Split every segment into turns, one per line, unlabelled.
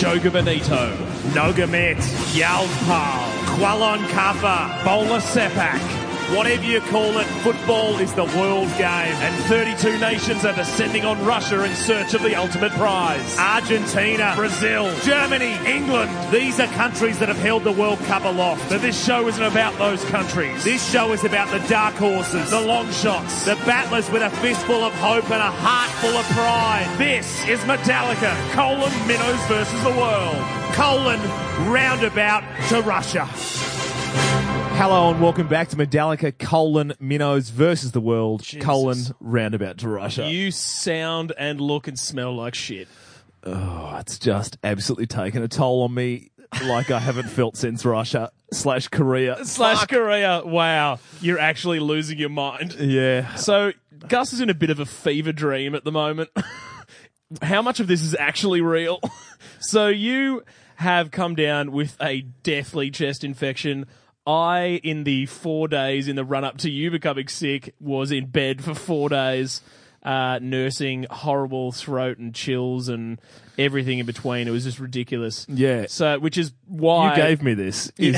Joga Benito, Nogamet, Yalpal, Kualon Kafa, Bola Sepak. Whatever you call it, football is the world game, and 32 nations are descending on Russia in search of the ultimate prize. Argentina, Brazil, Germany, England. These are countries that have held the World Cup aloft. But this show isn't about those countries. This show is about the dark horses, the long shots, the battlers with a fistful of hope and a heart full of pride. This is Metallica, colon minnows versus the world, colon roundabout to Russia.
Hello and welcome back to Medallica colon minnows versus the world colon roundabout to Russia.
You sound and look and smell like shit.
Oh, it's just absolutely taken a toll on me, like I haven't felt since Russia slash Korea
Slash Korea. Wow. You're actually losing your mind.
Yeah,
So Gus is in a bit of a fever dream at the moment. How much of this is actually real? so you have come down with a deathly chest infection. I, in the four days in the run up to you becoming sick, was in bed for four days, uh, nursing horrible throat and chills and everything in between. It was just ridiculous.
Yeah.
So, which is
you
why
gave me this is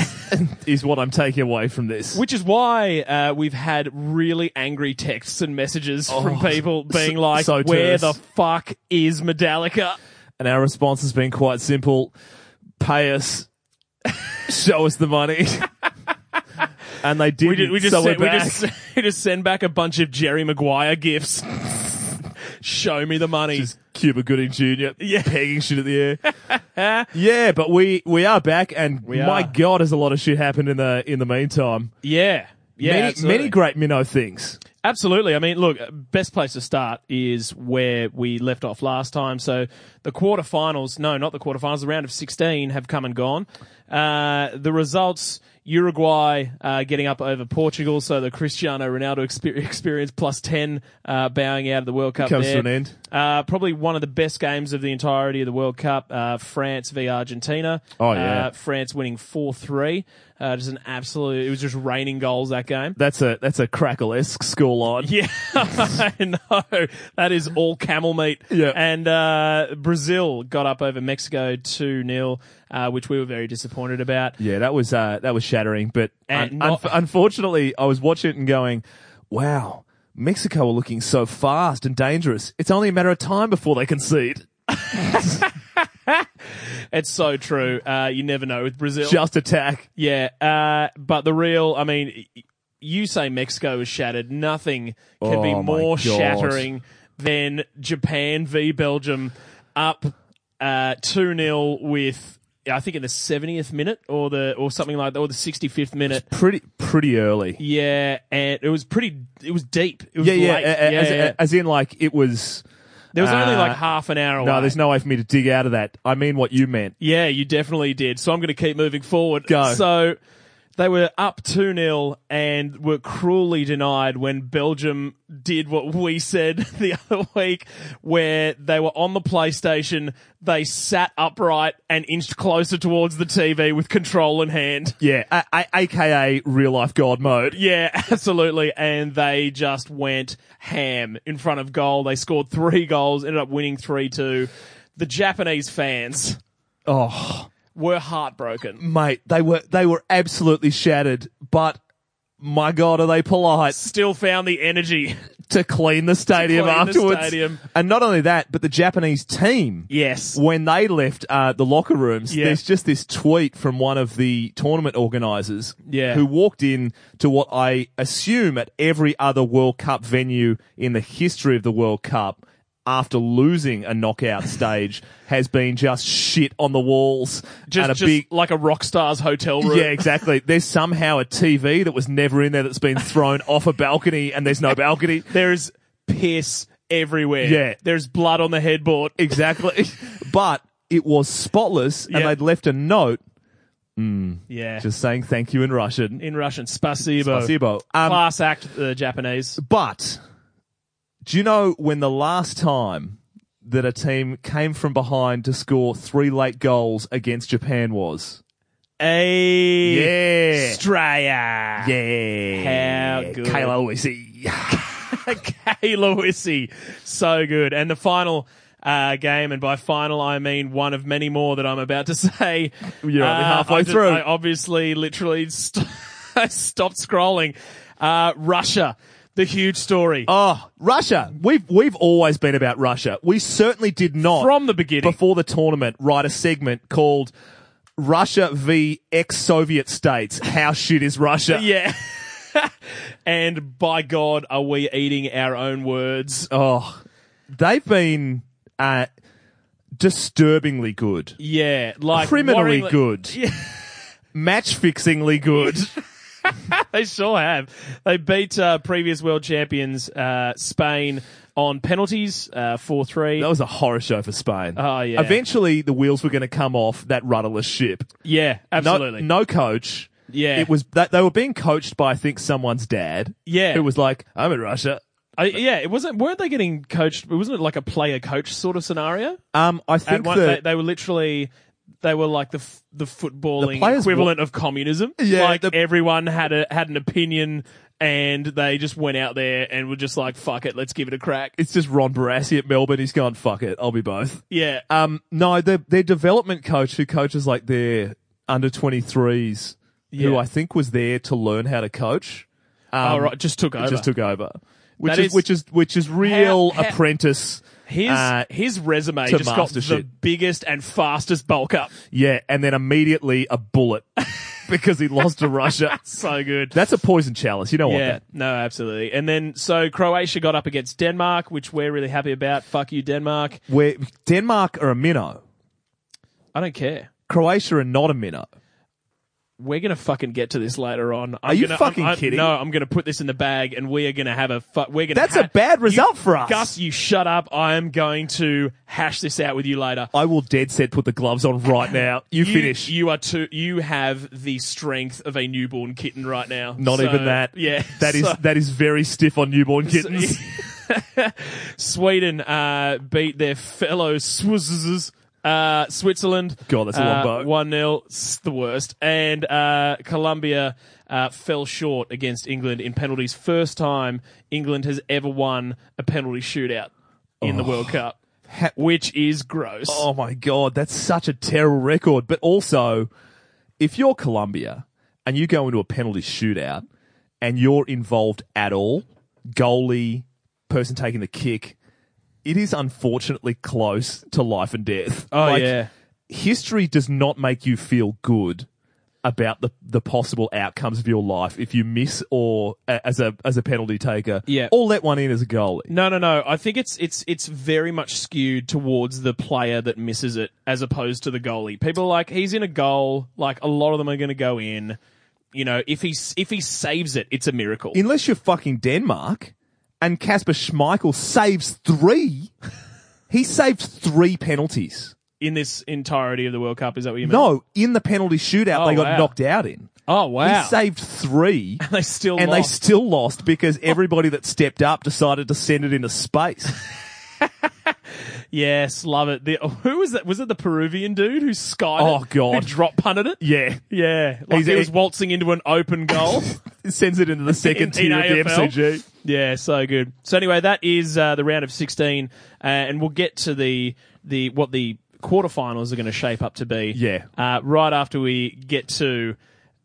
is what I'm taking away from this.
Which is why uh, we've had really angry texts and messages from people being
Oh, so-
like,
so
"Where
terse.
the fuck is Medallica?"
And our response has been quite simple: pay us, show us the money. and they did.
We, did, we just
so
sent,
we're
we
back.
just we just send back a bunch of Jerry Maguire gifts. Show me the money.
Just Cuba Gooding Jr.
Yeah.
pegging shit at the air. yeah, but we we are back, and my
are.
god, has a lot of shit happened in the in the meantime.
yeah, yeah,
many,
absolutely.
many great minnow things.
Absolutely. I mean, look, uh, best place to start is where we left off last time. So the quarterfinals, no, not the quarterfinals, the round of 16 have come and gone. Uh, the results, Uruguay uh, getting up over Portugal. So the Cristiano Ronaldo exper- experience plus 10 uh, bowing out of the World Cup.
Comes
there.
to an end.
Uh, probably one of the best games of the entirety of the World Cup. Uh, France v Argentina.
Oh, yeah.
Uh, France winning 4-3. Uh, just an absolute, it was just raining goals that game.
That's a that's a crackle esque scoreline.
Yeah, I know. That is all camel meat.
Yeah.
And uh, Brazil got up over Mexico 2 0, uh, which we were very disappointed about.
Yeah, that was uh, that was shattering. But un-
And not-
unf- unfortunately, I was watching it and going, "Wow, Mexico are looking so fast and dangerous. It's only a matter of time before they concede."
It's so true. Uh, you never know with Brazil.
Just attack.
yeah. Uh, but the real, I mean, y- you say Mexico is shattered. Nothing can be
Oh, my
more
God.
shattering than Japan v Belgium up 2 0 with. I think in the 70th minute or the or something like that or the 65th minute
Pretty pretty early.
Yeah, and it was pretty. It was deep. It was
Yeah, uh, yeah.
late.
a- a-
yeah,
as,
yeah.
as in, like it was.
there was only
uh,
like half an hour.
No,
away.
there's no way for me to dig out of that. I mean, what you meant.
Yeah, you definitely did. So I'm going to keep moving forward.
Go.
So they were up 2 0 and were cruelly denied when Belgium did what we said the other week, where they were on the PlayStation, they sat upright and inched closer towards the TV with control in hand.
Yeah, a- a- aka real life god mode.
Yeah, absolutely. And they just went ham in front of goal. They scored three goals, ended up winning 3 2. The Japanese fans
Oh,
were heartbroken.
mate, they were they were absolutely shattered. But my god, are they polite?
Still found the energy.
to clean the stadium
clean the
afterwards.
stadium.
And not only that, but the Japanese team.
Yes.
When they left uh, the locker rooms,
Yeah.
there's just this tweet from one of the tournament organisers
Yeah.
who walked in to what I assume at every other World Cup venue in the history of the World Cup after losing a knockout stage has been just shit on the walls
Just,
and a
just
big
like a rock star's hotel room.
yeah, exactly. There's somehow a TV that was never in there that's been thrown off a balcony and there's no balcony.
There's piss everywhere.
Yeah.
There's blood on the headboard.
Exactly. but it was spotless, and
Yeah.
they'd left a note
Yeah.
just saying thank you in Russian.
in Russian, spasibo.
Placebo. Um,
Class act, the Japanese.
but do you know when the last time that a team came from behind to score three late goals against Japan was?
A.
Yeah.
Australia.
Yeah.
How good.
Kayla Wisey.
Kay Lewisi. So good. And the final uh, game, and by final I mean one of many more that I'm about to say.
You're only
Uh,
halfway
I just-
through.
I obviously literally st- I stopped scrolling. Uh, Russia, the huge story
Oh, Russia. We've we've always been about Russia. We certainly did not
from the beginning.
before the tournament write a segment called Russia v ex-Soviet states. How shit is Russia?
yeah. and by God, are we eating our own words?
Oh, they've been uh, disturbingly good,
Yeah, like
criminally
worryingly-
good,
Yeah.
match fixingly good.
They sure have. They beat uh, previous world champions uh, Spain on penalties, uh, four three.
That was a horror show for Spain.
Oh, yeah.
Eventually, the wheels were going to come off that rudderless ship.
Yeah,
No,
absolutely.
no coach.
Yeah.
It was that they were being coached by I think someone's dad.
Yeah.
Who was like, I'm in Russia.
I, yeah, it wasn't. Weren't they getting coached? Wasn't it like a player coach sort of scenario?
Um, I
At
think
one,
that
they, they were literally. They were like the f- the footballing
The players
equivalent of communism.
Yeah,
like
the-
everyone had a had an opinion, and they just went out there and were just like, "Fuck it, let's give it a crack."
it's just Ron Barassi at Melbourne. He's gone, fuck it, I'll be both.
Yeah,
Um, no, their their development coach who coaches like their under twenty threes, who
Yeah.
I think was there to learn how to coach. Um,
All right, just took over.
just took over. Which
That
is,
is-
which is which is real
How- how-
apprentice.
His
uh,
his resume
to
just got
master
the
shit.
biggest and fastest bulk up.
yeah, and then immediately a bullet because he lost to Russia.
So good.
That's a poison chalice. You don't
yeah,
want that.
no, absolutely. And then so Croatia got up against Denmark, which we're really happy about. Fuck you, Denmark.
Where Denmark are a minnow,
I don't care.
Croatia are not a minnow.
We're gonna fucking get to this later on. I'm
Are you
gonna-
fucking
I'm, I'm-
kidding?
No, I'm gonna put this in the bag, and we are gonna have a. Fu- we're gonna.
That's
ha-
a bad result for us.
Gus, you shut up. I am going to hash this out with you later.
I will dead set put the gloves on right now. You,
You-
finish.
You are too. You have the strength of a newborn kitten right now.
Not
So,
even that.
Yeah,
That is
so-
that is very stiff on newborn kittens.
Sweden uh, beat their fellow Swizzes. Uh, Switzerland. Uh,
God, that's a long bow.
1 0, the worst. And uh, Colombia uh, fell short against England in penalties. First time England has ever won a penalty shootout in the World Cup,
Oh. Ha-
which is gross.
Oh my god, that's such a terrible record. But also, if you're Colombia and you go into a penalty shootout and you're involved at all, goalie, person taking the kick, it is unfortunately close to life and death.
Oh, yeah.
History does not make you feel good about the, the possible outcomes of your life if you miss or a- as a as a penalty taker
Yeah.
or let one in as a goalie.
No, no, no. I think it's it's it's very much skewed towards the player that misses it as opposed to the goalie. People are like he's in a goal. Like a lot of them are going to go in. You know, if he if he saves it, it's a miracle.
unless you're fucking Denmark and Casper Schmeichel saves three, he saved three penalties.
in this entirety of the World Cup, is that what you mean?
No, in the penalty shootout
Oh,
they got
wow.
knocked out in.
Oh wow.
He saved three.
they still
And they
lost.
still lost because everybody that stepped up decided to send it into space. yes.
Love it. The, who was that? Was it the Peruvian dude who skied?
Oh,
it?
God.
Who drop punted it?
Yeah.
Yeah, like
He's-
he was waltzing into an open goal.
It sends it into the second
In- in
tier of the
AFL.
MCG.
Yeah, so good. So anyway, that is uh, the round of sixteen, uh, and we'll get to the the what the quarterfinals are going to shape up to be.
Yeah.
uh, right after we get to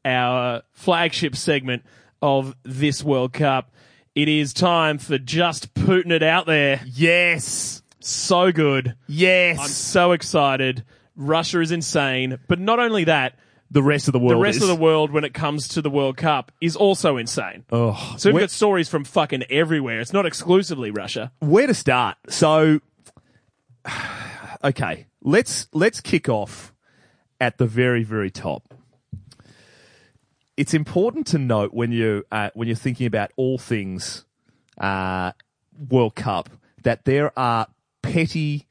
our flagship segment of this World Cup, it is time for just putting it out there.
Yes.
So good,
Yes.
I'm so excited. Russia is insane, but not only that,
the rest of the world.
the rest
is.
of the world when it comes to the World Cup is also insane.
Oh,
So we've
where,
got stories from fucking everywhere. It's not exclusively Russia.
where to start? So, okay, let's let's kick off at the very very top. It's important to note when you uh, when you're thinking about all things uh, World Cup that there are petty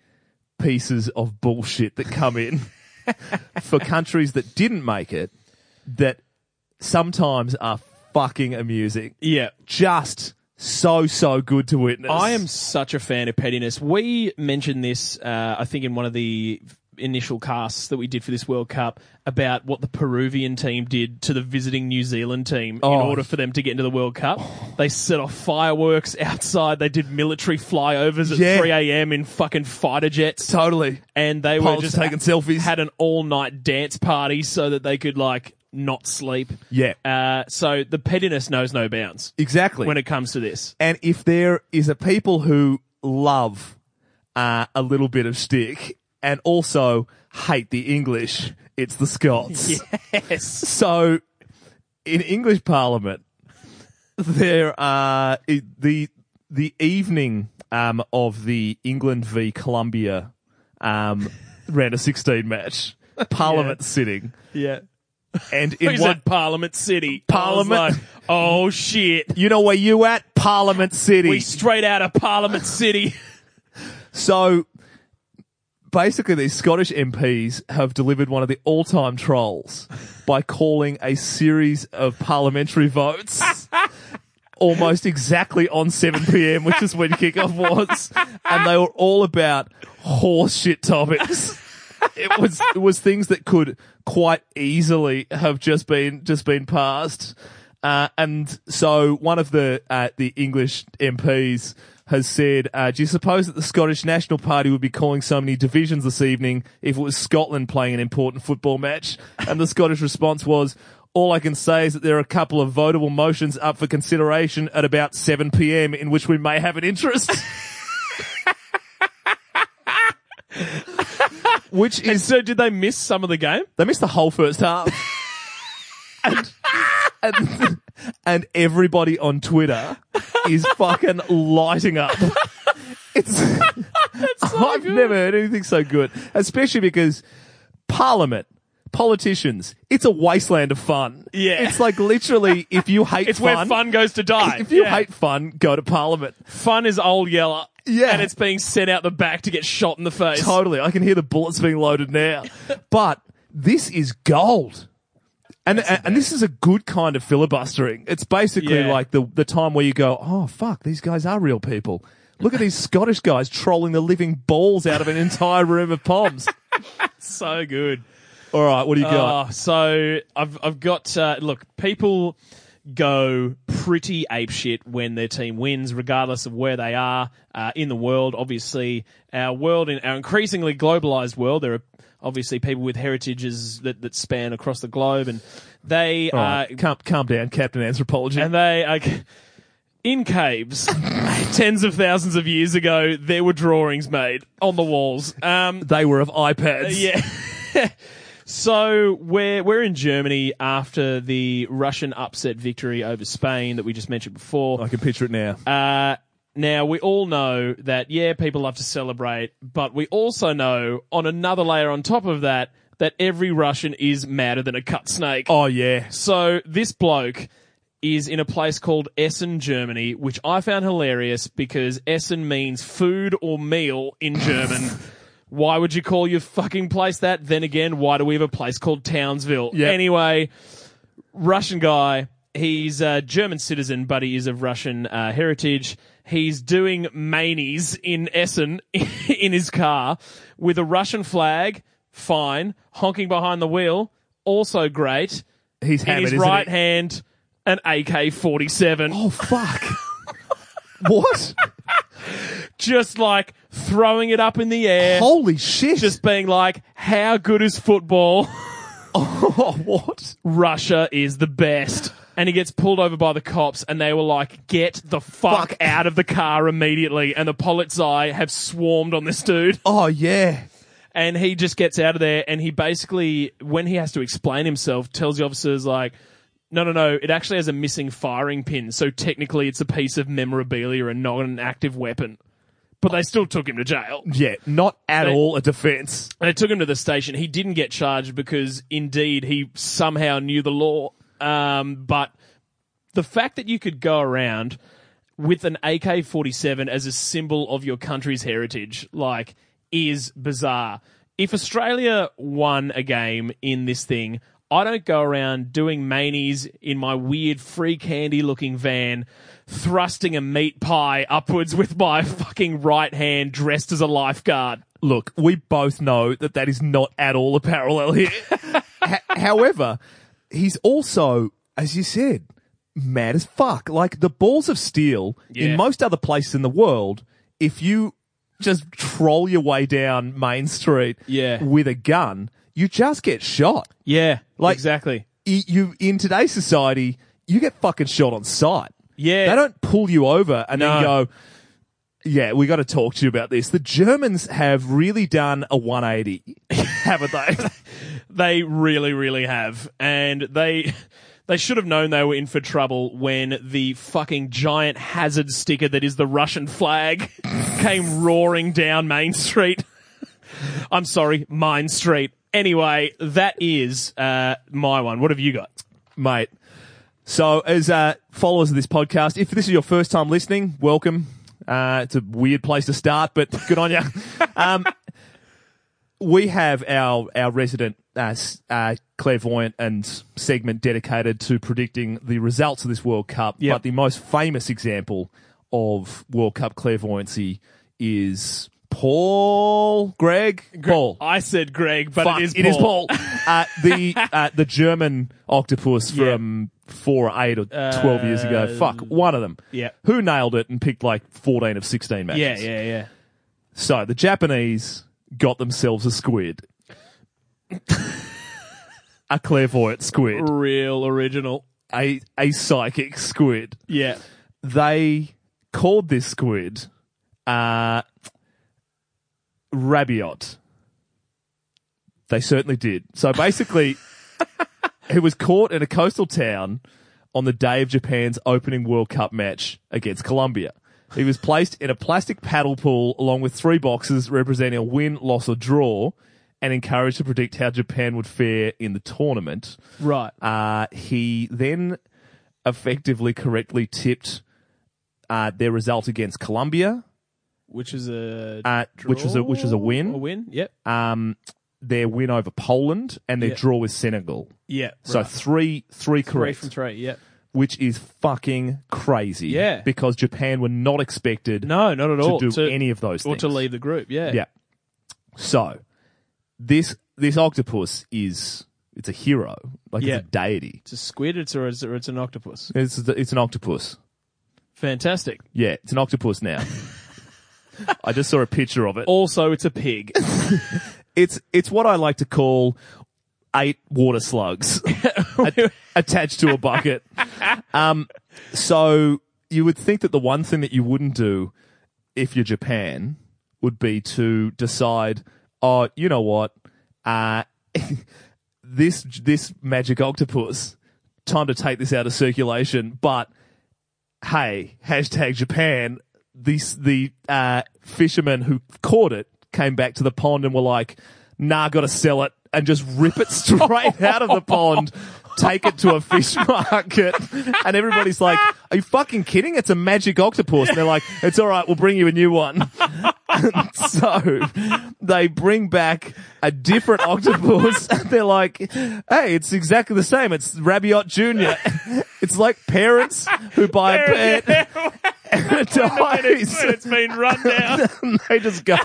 pieces of bullshit that come in for countries that didn't make it that sometimes are fucking amusing.
Yeah.
Just so so good to witness.
I am such a fan of pettiness. We mentioned this, uh, I think, in one of the initial casts that we did for this World Cup about what the Peruvian team did to the visiting New Zealand team in
Oh.
order for them to get into the World Cup. They set off fireworks outside. They did military flyovers at
Yeah.
3 a.m. in fucking fighter jets.
Totally.
And they were
Poles
just
taking selfies.
Had an all night dance party so that they could like not sleep.
Yeah.
Uh, so the pettiness knows no bounds
Exactly.
when it comes to this.
And if there is a people who love uh, a little bit of shtick and also hate the English, it's the Scots.
Yes.
So, in English Parliament, there are i- the the evening um, of the England v Colombia um, round of sixteen match. Parliament sitting,
Yeah.
and
He
in one,
said Parliament City.
Parliament?
I was like, oh shit.
you know where you at? Parliament City.
We straight out of Parliament City.
So basically, these Scottish MPs have delivered one of the all time trolls by calling a series of parliamentary votes. Almost exactly on 7 p.m., which is when kickoff was, and they were all about horse shit topics. It was it was things that could quite easily have just been just been passed, uh, and so one of the uh, the English MPs has said, uh, "Do you suppose that the Scottish National Party would be calling so many divisions this evening if it was Scotland playing an important football match?" And the Scottish response was. All I can say is that there are a couple of votable motions up for consideration at about 7 p.m. in which we may have an interest. which is
And so did they miss some of the game?
they missed the whole first half. and, and, and everybody on Twitter is fucking lighting up. It's, I've never heard anything so good, especially because Parliament, politicians, it's a wasteland of fun.
Yeah.
It's like literally, if you hate
It's
fun,
where fun goes to die.
if you
Yeah.
hate fun, go to Parliament.
fun is old yeller.
Yeah.
And it's being sent out the back to get shot in the face.
Totally. I can hear the bullets being loaded now. but this is gold. And, and, and this is a good kind of filibustering. It's basically
Yeah.
like the, the time where you go, oh, fuck, these guys are real people. Look at these Scottish guys trolling the living balls out of an entire room of palms.
so good.
All right, what do you got?
Oh, so I've I've got uh, look, people go pretty apeshit when their team wins, regardless of where they are uh, in the world. Obviously, our world in our increasingly globalized world, there are obviously people with heritages that, that span across the globe, and they
All
are
right, calm, calm down, Captain Anthropology.
uh, and they are c- in caves tens of thousands of years ago. There were drawings made on the walls. Um,
they were of iPads.
yeah. so we're we're in Germany after the Russian upset victory over Spain that we just mentioned before.
I can picture it now.
Uh, now we all know that yeah, people love to celebrate, but we also know on another layer on top of that that every Russian is madder than a cut snake.
oh, yeah.
So this bloke is in a place called Essen, Germany, which I found hilarious because Essen means food or meal in German. why would you call your fucking place that? Then again, why do we have a place called Townsville?
Yep.
Anyway, Russian guy. He's a German citizen, but he is of Russian uh, heritage. He's doing manies in Essen in his car with a Russian flag. Fine. Honking behind the wheel. Also great
He's hammered,
in his
isn't
right
he?
hand an AK forty seven,
Oh, fuck. what?
just like throwing it up in the air,
Holy shit.
just being like, "How good is football?
oh, what?
Russia is the best." And he gets pulled over by the cops, and they were like, "Get the fuck,
Fuck.
out of the car immediately!" And the Polizei have swarmed on this dude,
Oh, yeah.
and he just gets out of there. And he basically, when he has to explain himself, tells the officers like. No, no, no. It actually has a missing firing pin, so technically it's a piece of memorabilia and not an active weapon. But they still took him to jail.
Yeah, not at
They-
all a defense.
They took him to the station. He didn't get charged because, indeed, he somehow knew the law. Um, but the fact that you could go around with an AK 47 as a symbol of your country's heritage, like, is bizarre. If Australia won a game in this thing, I don't go around doing manies in my weird free candy looking van, thrusting a meat pie upwards with my fucking right hand dressed as a lifeguard.
Look, we both know that that is not at all a parallel here. H- however, he's also, as you said, mad as fuck. Like the balls of steel
Yeah.
in most other places in the world, if you just troll your way down Main Street
Yeah.
with a gun, you just get shot.
Yeah,
Like-
exactly.
Y- You in today's society, you get fucking shot on sight.
Yeah.
They don't pull you over and then
No.
go, yeah, we got to talk to you about this. The Germans have really done a 180, haven't they?
They really, really have, and they they should have known they were in for trouble when the fucking giant hazard sticker that is the Russian flag came roaring down Main Street. I'm sorry, Mine Street. Anyway, that is uh, my one. What have you got?
Mate. So, as uh, followers of this podcast, if this is your first time listening, welcome. Uh, it's a weird place to start, but good on you. um, we have our our resident uh, s- uh, clairvoyant and segment dedicated to predicting the results of this World Cup.
Yep.
But the most famous example of World Cup clairvoyancy is Paul Greg Paul.
I said Greg, but
Fuck,
it is Paul.
uh, the uh, the German octopus
Yeah.
from four or eight or twelve years ago.
Uh,
Fuck, one of them.
yeah.
Who nailed it and picked like fourteen of sixteen matches?
Yeah, yeah, yeah.
So the Japanese got themselves a squid. a clairvoyant squid.
Real original.
A a psychic squid.
Yeah.
They called this squid uh Rabiot. They certainly did. So basically, he was caught in a coastal town on the day of Japan's opening World Cup match against Colombia. He was placed in a plastic paddle pool along with three boxes representing a win, loss, or draw, and encouraged to predict how Japan would fare in the tournament.
Right.
Uh, he then effectively correctly tipped uh, their result against Colombia,
Which is a
uh, which was a which was a win.
A win. Uh, Yep.
Um, their win over Poland and their
Yeah.
draw with Senegal.
Yeah.
So
right.
three three
three
correct,
from three. Yep.
which is fucking crazy.
Yeah.
because Japan were not expected
No, not at
to
all.
do any of those
or
things
to leave the group. Yeah.
Yeah. So this this octopus is it's a hero, like
Yeah.
it's a deity.
It's a squid. It's or it's, or it's an octopus.
It's it's an octopus.
Fantastic.
Yeah, it's an octopus now. I just saw a picture of it.
Also, it's a pig.
It's it's what I like to call eight water slugs a- attached to a bucket. Um, so you would think that the one thing that you wouldn't do if you're Japan would be to decide, oh, you know what, uh, this this magic octopus, time to take this out of circulation. But hey, hashtag Japan. These the uh, fishermen who caught it came back to the pond and were like, "Nah, got to sell it," and just rip it straight out of the pond, take it to a fish market, and everybody's like, "Are you fucking kidding? It's a magic octopus." And they're like, "It's all right, we'll bring you a new one." so they bring back a different octopus and they're like, hey, it's exactly the same. It's Rabiot Jr. It's like parents who buy a pet and it dies.
it's been run down.
And they just go,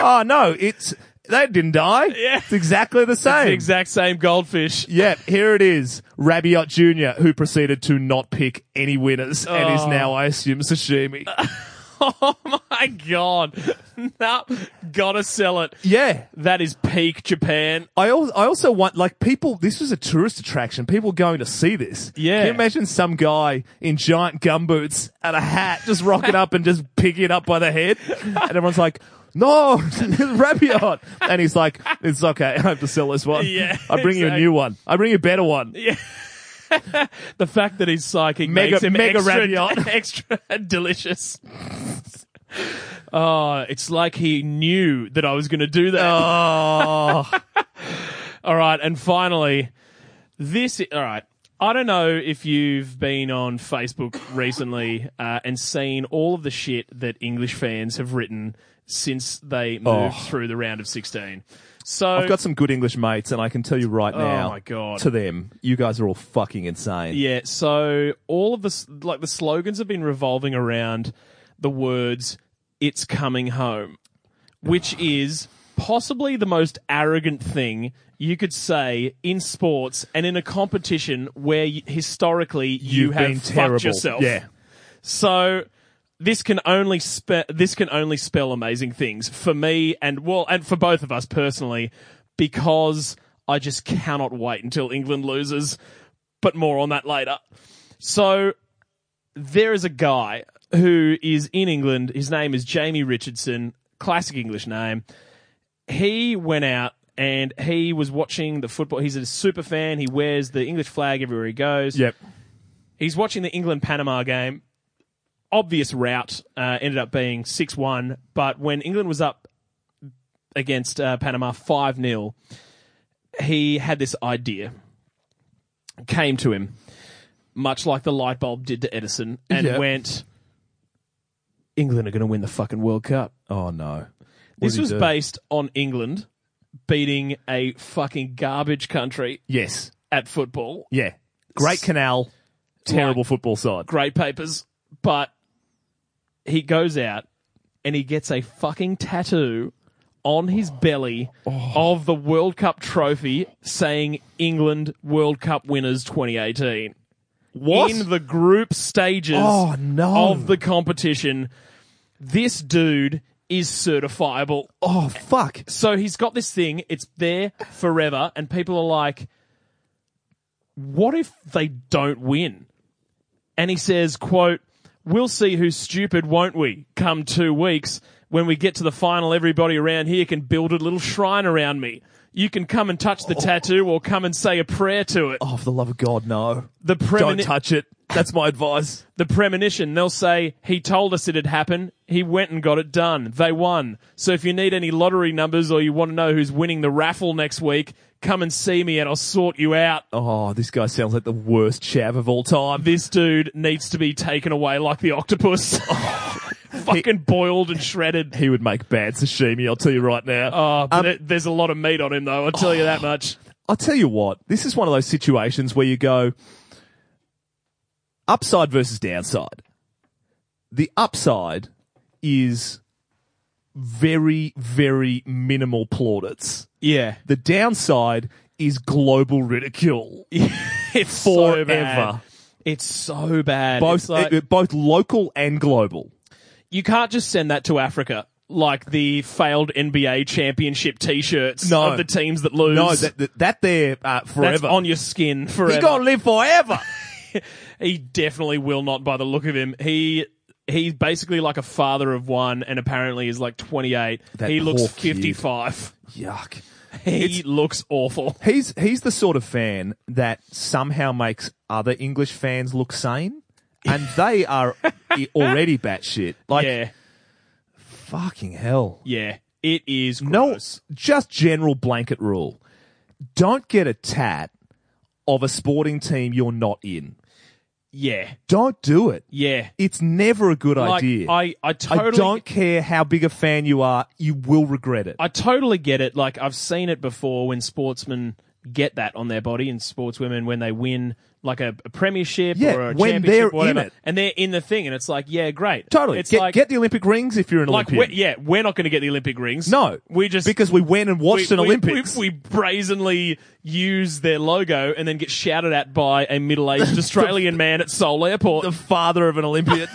oh no, it's, they didn't die.
Yeah.
It's exactly the
the
same.
exact same goldfish.
Yep, here it is. Rabiot Jr., who proceeded to not pick any winners and is
Oh.
now, I assume, sashimi.
Oh my god. no, gotta sell it.
Yeah.
That is peak Japan.
I also, I also want like people. This was a tourist attraction. People going to see this.
Yeah.
Can you imagine some guy in giant gumboots and a hat just rocking up and just picking it up by the head, and everyone's like, "No, it's Rabiot," and he's like, "It's okay. I have to sell this one.
Yeah,
I bring you a
exact-
new one. I bring you a better one."
The fact that he's psychic
Mega-
makes him
mega raviot.
extra, extra delicious. Oh, it's like he knew that I was going to do that.
Oh,
All right, and finally, this. All right, I don't know if you've been on Facebook recently uh, and seen all of the shit that English fans have written since they moved
Oh.
through the round of sixteen. So
I've got some good English mates, and I can tell you right now.
Oh my God.
To them, you guys are all fucking insane.
Yeah, so all of this, like the slogans have been revolving around the words, it's coming home. which is possibly the most arrogant thing you could say in sports and in a competition where y- historically you
You've
have
been
fucked
terrible.
yourself.
Yeah.
So this can only spe- this can only spell amazing things for me and well and for both of us personally because I just cannot wait until England loses. But more on that later. So there is a guy who is in England. His name is Jamie Richardson, classic English name. He went out and he was watching the football. He's a super fan. He wears the English flag everywhere he goes.
Yep.
He's watching the England Panama game. Obvious route uh, ended up being 6 1, but when England was up against uh, Panama 5 0, he had this idea. Came to him, much like the light bulb did to Edison, and
Yeah.
went, England are going to win the fucking World Cup.
Oh no.
This
did he
was
do?
based on England beating a fucking garbage country
Yes.
at football
Yeah. Great canal. Terrible football side.
great papers, but he goes out and he gets a fucking tattoo on his belly
Oh.
of the World Cup trophy saying England World Cup winners 2018.
What?
In the group stages
Oh, no.
of the competition, this dude is certifiable.
Oh fuck.
So he's got this thing, it's there forever, and people are like, what if they don't win? And he says, quote, We'll see who's stupid, won't we? Come two weeks. When we get to the final, everybody around here can build a little shrine around me. You can come and touch the tattoo or come and say a prayer to it.
Oh, for the love of God, no.
The,
Don't
premoni-
touch it. That's my advice.
the premonition, they'll say, he told us it had happened. He went and got it done. They won. So if you need any lottery numbers or you want to know who's winning the raffle next week, come and see me and I'll sort you out.
Oh, this guy sounds like the worst chav of all time.
This dude needs to be taken away like the octopus.
Oh.
Fucking boiled and shredded.
He would make bad sashimi, I'll tell you right now.
Oh, but there- there's a lot of meat on him though, I'll tell you that much.
I'll tell you what, this is one of those situations where you go upside versus downside. The upside is very, very minimal plaudits.
Yeah.
The downside is global ridicule.
It's so
Forever.
bad. It's so bad.
Both,
It's like-
eh, both local and global.
you can't just send that to Africa. Like the failed NBA championship T-shirts
No.
of the teams that lose.
No, that, that, that there uh,
That's
forever.
on your skin forever.
He's going to live forever.
He definitely will not by the look of him. He he's basically like a father of one and apparently is like 28.
That
he looks
poor kid.
55.
Yuck.
He looks awful.
He's he's the sort of fan that somehow makes other English fans look sane, and they are i- already batshit. Like
yeah.
fucking hell.
Yeah. It is
No,
gross.
just general blanket rule: don't get a tat of a sporting team you're not in.
Yeah.
Don't do it.
Yeah.
It's never a good
Like,
idea.
I, I totally
I don't care how big a fan you are; you will regret it.
I totally get it. Like I've seen it before when sportsmen get that on their body and sportswomen when they win like a, a premiership
Yeah,
or a
when
championship
they're
or whatever,
in it.
and they're in the thing, and it's like, yeah, great,
totally.
It's
Get,
like,
get the Olympic rings if you're an
like
Olympian.
we yeah, we're not going to get the Olympic rings.
No,
we just
because we went and
we,
watched an
we-
Olympics.
We, we brazenly use their logo and then get shouted at by a middle-aged Australian man at Seoul Airport.
the father of an Olympian.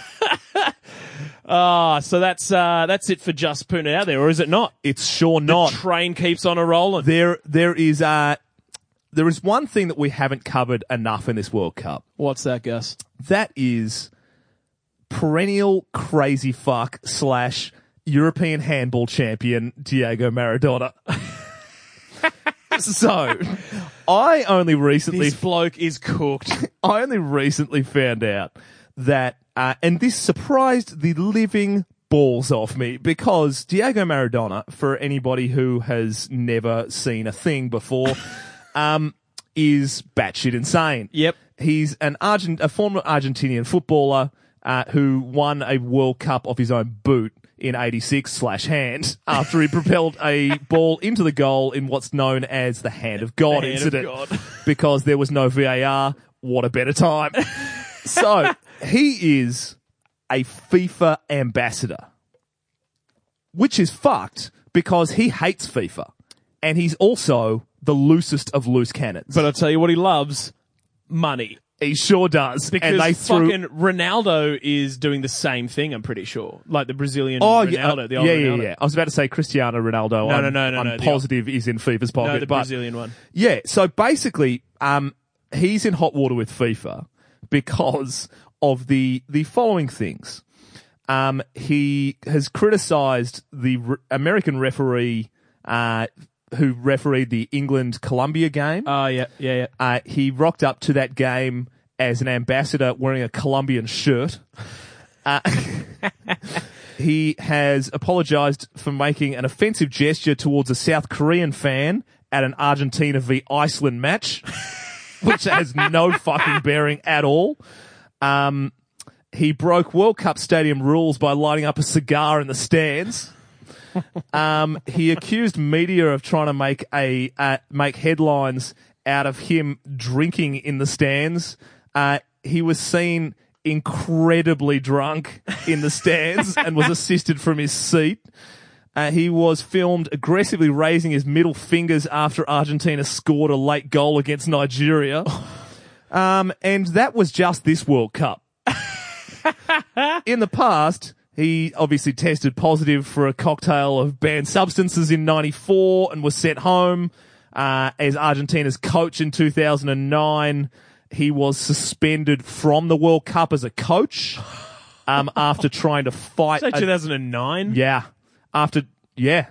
Ah, so that's uh, that's it for just Puna out there, or is it not?
it's sure not.
Train keeps on a rolling.
there, there is uh, there is one thing that we haven't covered enough in this World Cup.
What's that, Gus?
That is perennial crazy fuck slash European handball champion Diego Maradona. so, I only recently
This bloke is cooked.
I only recently found out that, uh, and this surprised the living balls off me because Diego Maradona, for anybody who has never seen a thing before, um, is batshit insane.
Yep.
He's an Argent, a former Argentinian footballer uh, who won a World Cup off his own boot in 86 slash hand after he propelled a ball into the goal in what's known as the hand of God
hand of
incident
God.
because there was no VAR. What a better time. so he is a FIFA ambassador. which is fucked because he hates FIFA and he's also the loosest of loose cannons.
But I tell you what, he loves money.
he sure does.
Because
and they threw
fucking Ronaldo is doing the same thing. I'm pretty sure, like the Brazilian
Oh
Ronaldo,
yeah, uh,
the old
yeah,
Ronaldo.
yeah, yeah. I was about to say Cristiano Ronaldo. No,
no, no, no,
I'm
no, the-
positive is in FIFA's pocket.
No, the
but
Brazilian one.
yeah, so basically, um, he's in hot water with FIFA because of the the following things. Um, he has criticised the re- American referee uh, who refereed the England Colombia game.
Oh yeah, yeah, yeah.
Uh, he rocked up to that game as an ambassador wearing a Colombian shirt. Uh, he has apologized for making an offensive gesture towards a South Korean fan at an Argentina v Iceland match, which has no fucking bearing at all. Um, he broke World Cup stadium rules by lighting up a cigar in the stands. Um, he accused media of trying to make a uh, make headlines out of him drinking in the stands. Uh, he was seen incredibly drunk in the stands and was assisted from his seat. Uh, he was filmed aggressively raising his middle fingers after Argentina scored a late goal against Nigeria. Um, and that was just this World Cup. in the past, he obviously tested positive for a cocktail of banned substances in 94 and was sent home. Uh, as Argentina's coach in 2009, he was suspended from the World Cup as a coach um, after trying to fight.
Say
a-
2009.
Uh, yeah. After, yeah.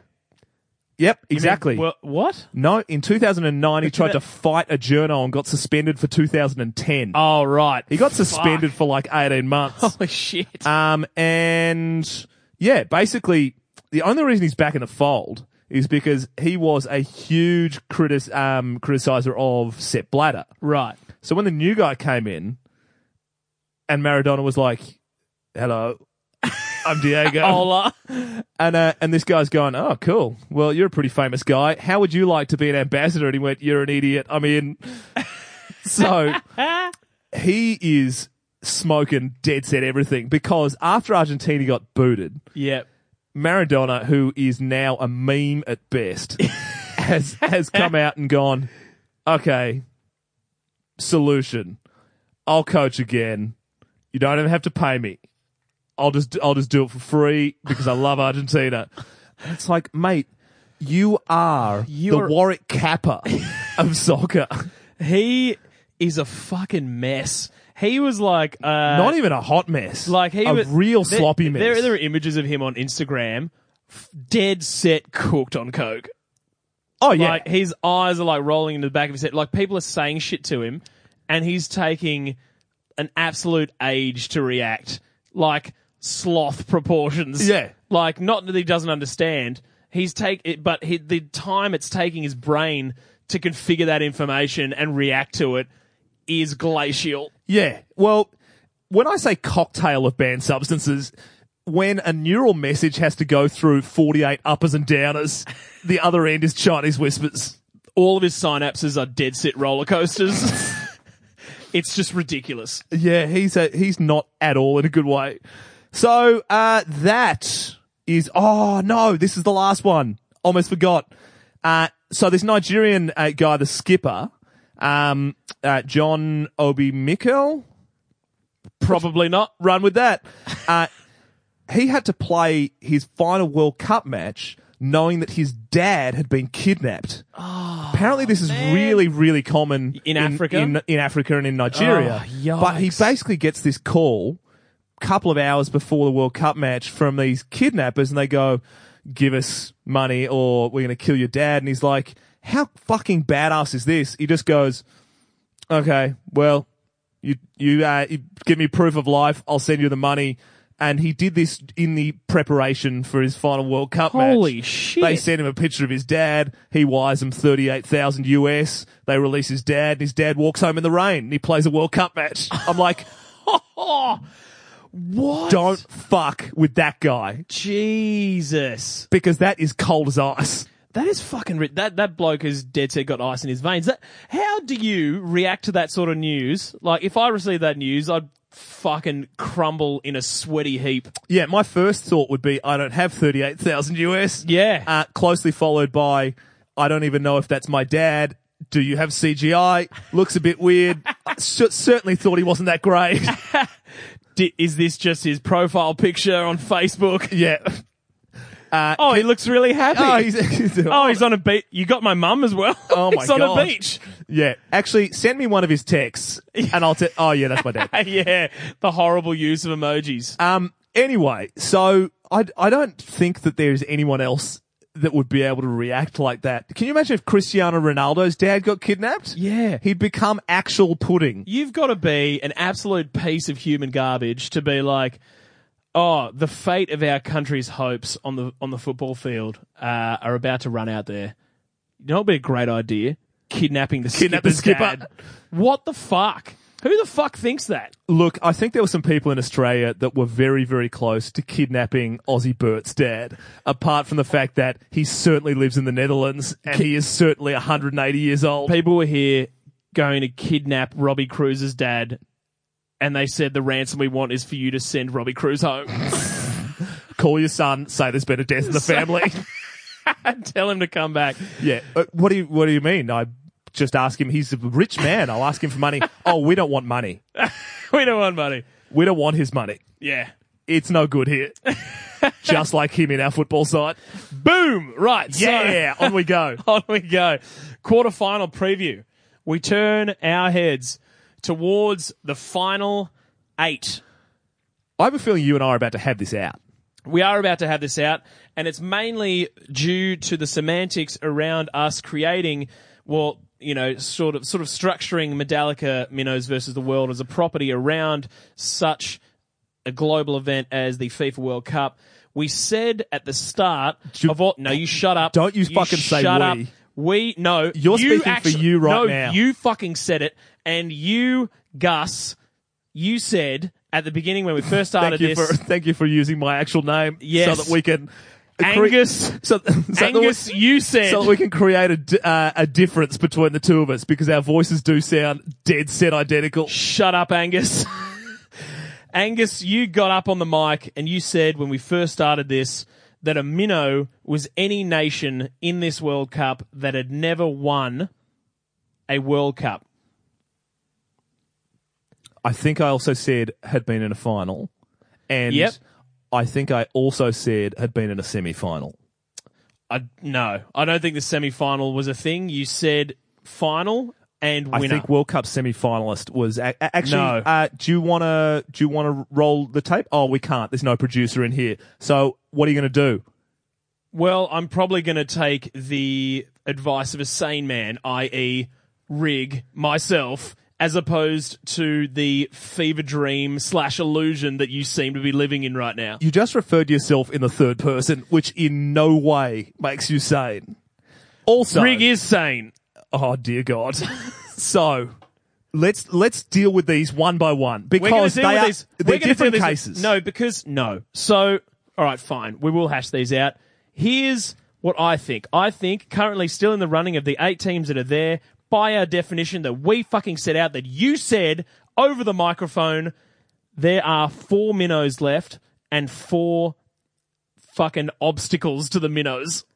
Yep, exactly.
Well, what?
no, in 2009, he
But
tried
that-
to fight a journal and got suspended for 2010.
Oh right.
he got suspended for like 18 months.
Holy shit.
Um, and yeah, basically, the only reason he's back in the fold is because he was a huge critic, um, criticizer of Sepp Blatter.
right.
So when the new guy came in, and Maradona was like, "Hello, I'm Diego,"
Ola.
and uh, and this guy's going, "Oh, cool. Well, you're a pretty famous guy. How would you like to be an ambassador?" And he went, "You're an idiot. I'm in." so he is smoking dead set everything because after Argentina got booted,
Yep.
Maradona, who is now a meme at best, has has come out and gone, okay, solution. I'll coach again. You don't even have to pay me. I'll just I'll just do it for free because I love Argentina. It's like, mate, you are
You're-
the Warwick Kappa of soccer.
He is a fucking mess. He was like, uh,
Not even a hot mess.
like he
a
was
real
there-
sloppy mess.
There, there are images of him on Instagram, f- dead set cooked on coke.
oh yeah.
Like his eyes are like rolling into the back of his head. Like people are saying shit to him, and he's taking an absolute age to react. Like sloth proportions.
Yeah.
Like not that he doesn't understand. He's take it, but he, the time it's taking his brain to configure that information and react to it is glacial.
Yeah. Well, when I say cocktail of banned substances, when a neural message has to go through 48 uppers and downers, the other end is Chinese whispers.
All of his synapses are dead set roller coasters. it's just ridiculous.
Yeah, he's a, he's not at all in a good way. So, uh, that is, oh no, this is the last one. Almost forgot. Uh, so this Nigerian uh, guy, the skipper, um, uh, John Obi Mikel,
Probably not.
run with that. Uh, he had to play his final World Cup match knowing that his dad had been kidnapped. Apparently, this is really, really common
Oh, In Africa?
in, in Africa and in Nigeria.
Oh, yikes.
but he basically gets this call a couple of hours before the World Cup match from these kidnappers, and they go, "Give us money, or we're going to kill your dad." And he's like, "How fucking badass is this?" He just goes, "Okay, well, you you, uh, you give me proof of life, I'll send you the money. And he did this in the preparation for his final World Cup match.
Holy shit.
They sent him a picture of his dad. He wires him thirty eight thousand US. They release his dad, and his dad walks home in the rain. And he plays a World Cup match. I'm like,
What?
don't fuck with that guy
Jesus.
because that is cold as ice.
That is fucking ri- that that bloke has dead set got ice in his veins. That how do you react to that sort of news? Like if I received that news, I'd fucking crumble in a sweaty heap.
Yeah, my first thought would be I don't have 38,000 US.
Yeah.
Uh, closely followed by I don't even know if that's my dad. Do you have CGI? Looks a bit weird. I cer- certainly thought he wasn't that great.
D- is this just his profile picture on Facebook?
yeah. Uh,
Oh, he looks really happy.
oh, he's, he's doing-
Oh, he's on a beach. You got my mum as well.
Oh my
he's on a
gosh.
beach.
yeah. Actually, send me one of his texts and I'll tell. Oh, yeah, that's my dad.
yeah, the horrible use of emojis.
Um. Anyway, so I, I don't think that there's anyone else that would be able to react like that. Can you imagine if Cristiano Ronaldo's dad got kidnapped?
Yeah.
He'd become actual pudding.
You've got to be an absolute piece of human garbage to be like, oh, the fate of our country's hopes on the on the football field uh, are about to run out there. You know, it'd be a great idea kidnapping the
Kidnap the
skipper's
skipper.
dad. What the fuck? Who the fuck thinks that?
Look, I think there were some people in Australia that were very, very close to kidnapping Aussie Bert's dad, apart from the fact that he certainly lives in the Netherlands and he is certainly 180 years old.
people were here going to kidnap Robbie Cruz's dad, and they said the ransom we want is for you to send Robbie Cruz home
Call your son, say there's been a death in the family.
and tell him to come back.
yeah. Uh, What do you, what do you mean? I just ask him. He's a rich man. I'll ask him for money. oh, we don't want money.
We don't want money.
We don't want his money.
Yeah.
It's no good here. just like him in our football side.
Boom. Right. so-
Yeah. on we go.
on we go. Quarterfinal preview. We turn our heads towards the final eight.
I have a feeling you and I are about to have this out.
We are about to have this out, and it's mainly due to the semantics around us creating, well, you know, sort of sort of structuring Medallica Minnows versus the World as a property around such a global event as the FIFA World Cup. We said at the start
Do-
of all, no, you shut up.
Don't you fucking say
shut
we.
Up. We no,
You're
you
speaking for
actu-
you right
no,
now.
You fucking said it, and you, Gus, you said at the beginning when we first started
thank you
this.
for thank you for using my actual name
Yes.
so that we can
Angus-
so, so
Angus,
that
you
we,
said
so that we can create a, di- uh, a difference between the two of us because our voices do sound dead set identical
Shut up, Angus. Angus, you got up on the mic and you said when we first started this that a minnow was any nation in this World Cup that had never won a World Cup.
I think I also said had been in a final and
Yep.
I think I also said had been in a semi-final
I no, I don't think the semi-final was a thing. You said final and
I
winner.
think World Cup semi-finalist was a- a- actually
No.
uh, do you want to do you want to roll the tape oh we can't there's no producer in here so what are you going to do
well, I'm probably going to take the advice of a sane man, i.e., rig myself, as opposed to the fever dream slash illusion that you seem to be living in right now.
you just referred to yourself in the third person, which in no way makes you sane. Also,
Rig is sane.
oh dear God. so let's let's deal with these one by one
We're going
because they
to deal with
are
these.
they're
we're gonna
different
deal with these-
cases.
No, because no. So, all right, fine. We will hash these out. Here's what I think. I think currently still in the running of the eight teams that are there by our definition that we fucking set out that you said over the microphone. There are four minnows left and four fucking obstacles to the minnows.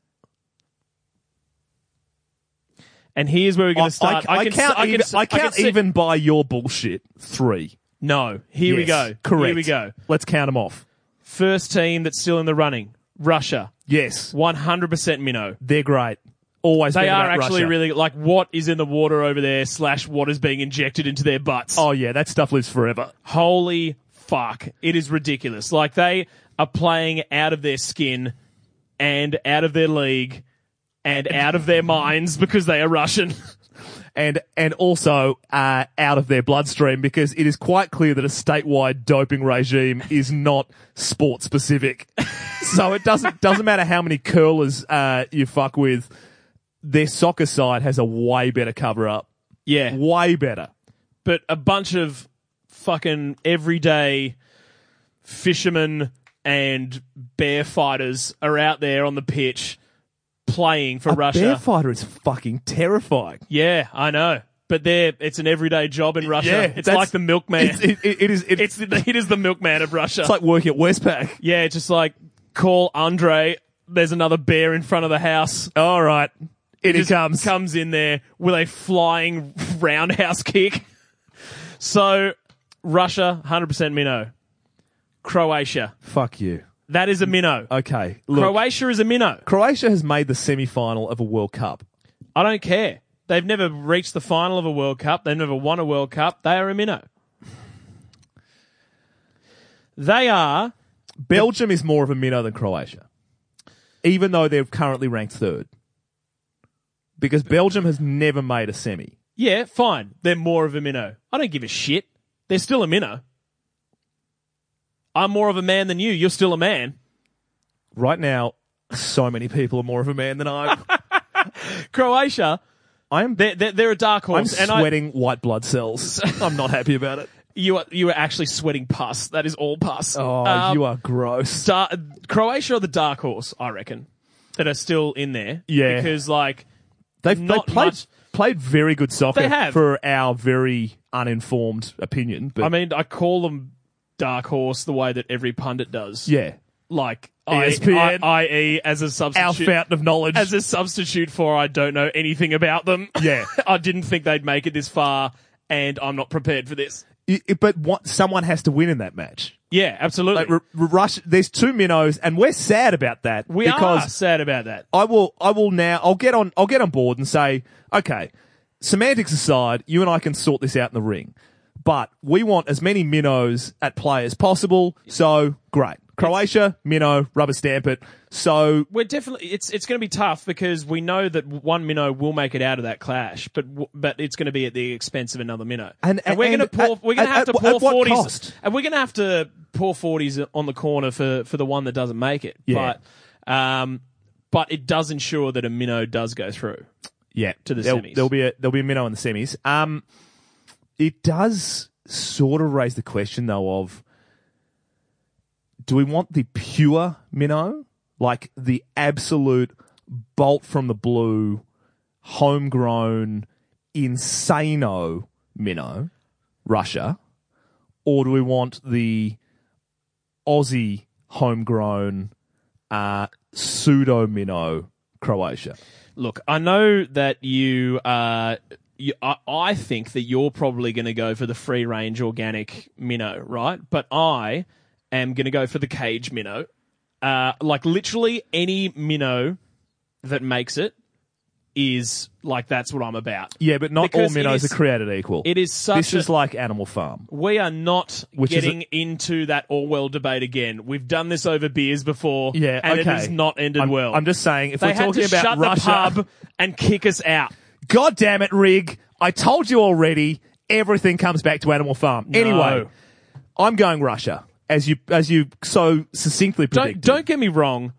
And here's where we're going
I,
to start.
I- I
can s-
count,
can
even,
s-
I
can
count
s-
even by your bullshit three.
No, here we
Yes,
go.
Correct.
Here we go.
Let's count them off.
First team that's still in the running, Russia.
Yes,
100% minnow.
they're great. Always
They
been
are
about
actually
Russia.
really like what is in the water over there slash what is being injected into their butts.
Oh yeah, that stuff lives forever.
Holy fuck. It is ridiculous. Like they are playing out of their skin and out of their league and out of their minds because they are Russian.
and and also uh, out of their bloodstream because it is quite clear that a statewide doping regime is not sport specific. so it doesn't doesn't matter how many curlers uh, you fuck with. Their soccer side has a way better cover up,
Yeah.
way better.
but a bunch of fucking everyday fishermen and bear fighters are out there on the pitch playing for Russia.
Bear fighter is fucking terrifying.
yeah, I know. But there, it's an everyday job in Russia.
Yeah,
it's
that's-
like the milkman.
It's, it, it, it is. It's,
It's, the it is the milkman of Russia.
it's like working at Westpac.
yeah, it's just like call Andre. There's another bear in front of the house.
All right, in he
just
comes.
comes in there with a flying roundhouse kick. So Russia, hundred percent minnow. Croatia,
Fuck you.
that is a minnow.
Okay, look.
Croatia is a minnow.
Croatia has made the semi-final of a World Cup.
I don't care. They've never reached the final of a World Cup. They've never won a World Cup. They are a minnow. They are
Belgium is more of a minnow than Croatia, even though they're currently ranked third. Because Belgium has never made a semi.
Yeah, fine. They're more of a minnow. I don't give a shit. They're still a minnow. I'm more of a man than you. You're still a man.
Right now, so many people are more of a man than I.
Croatia,
I am.
they're, they're, they're a dark
I'm
horse. and I,
sweating white blood cells. I'm not happy about it.
you, are, you are actually sweating pus. That is all pus. Um,
Oh, you are gross.
Star- Croatia are the dark horse, I reckon, that are still in there.
Yeah.
Because, like,
They've they
not
played
much-
played very good soccer
They have.
for our very uninformed opinion. But
I mean, I call them dark horse the way that every pundit does.
yeah, E
Like,
ESPN.
I, I, i.e., as a
our
substitute.
fountain of knowledge.
as a substitute for I don't know anything about them.
Yeah.
I didn't think they'd make it this far, and I'm not prepared for this.
I- I- but what, someone has to win in that match.
Yeah, absolutely.
Like, R- Uh, R- Russia, there's two minnows, and we're sad about that
we
because
are sad about that.
I will I will now I'll get on I'll get on board and say, okay, semantics aside, you and I can sort this out in the ring. But we want as many minnows at play as possible, so great. Croatia, minnow, rubber stamp it. So
We're definitely it's it's going to be tough because we know that one minnow will make it out of that clash, but w- but it's going to be at the expense of another minnow.
And-
we're going to
and
pour
at-
we're going to
at-
have to
at-
pour
at what
forties,
cost?
and we're going to have to pour forties on the corner for for the one that doesn't make it.
Yeah.
But um, but it does ensure that a minnow does go through.
yeah,
to the
there'll,
semis.
There'll be a there'll be a minnow in the semis. Um, it does sort of raise the question though of do we want the pure minnow, like the absolute bolt from the blue, homegrown, insano minnow, Russia, or do we want the Aussie homegrown uh, pseudo minnow Croatia?
Look, I know that you. Uh, you I, I think that you're probably going to go for the free range organic minnow, right? But I am going to go for the cage minnow. Uh, like literally any minnow that makes it is like that's what I'm about.
Yeah, but not
Because
all
it
minnows
is-
are created equal.
It is such.
this
a,
is like Animal Farm.
we are not
Which is a-
getting into that Orwell debate again. We've done this over beers before,
Yeah,
and it
okay.
has not ended
I'm,
well.
I'm just saying, if
they
we're
had
talking
to
about
shut
Russia,
the pub and kick us out.
God damn it, Rig! I told you already. Everything comes back to Animal Farm. Anyway, I'm going Russia, as you as you so succinctly
don't
predicted.
don't get me wrong.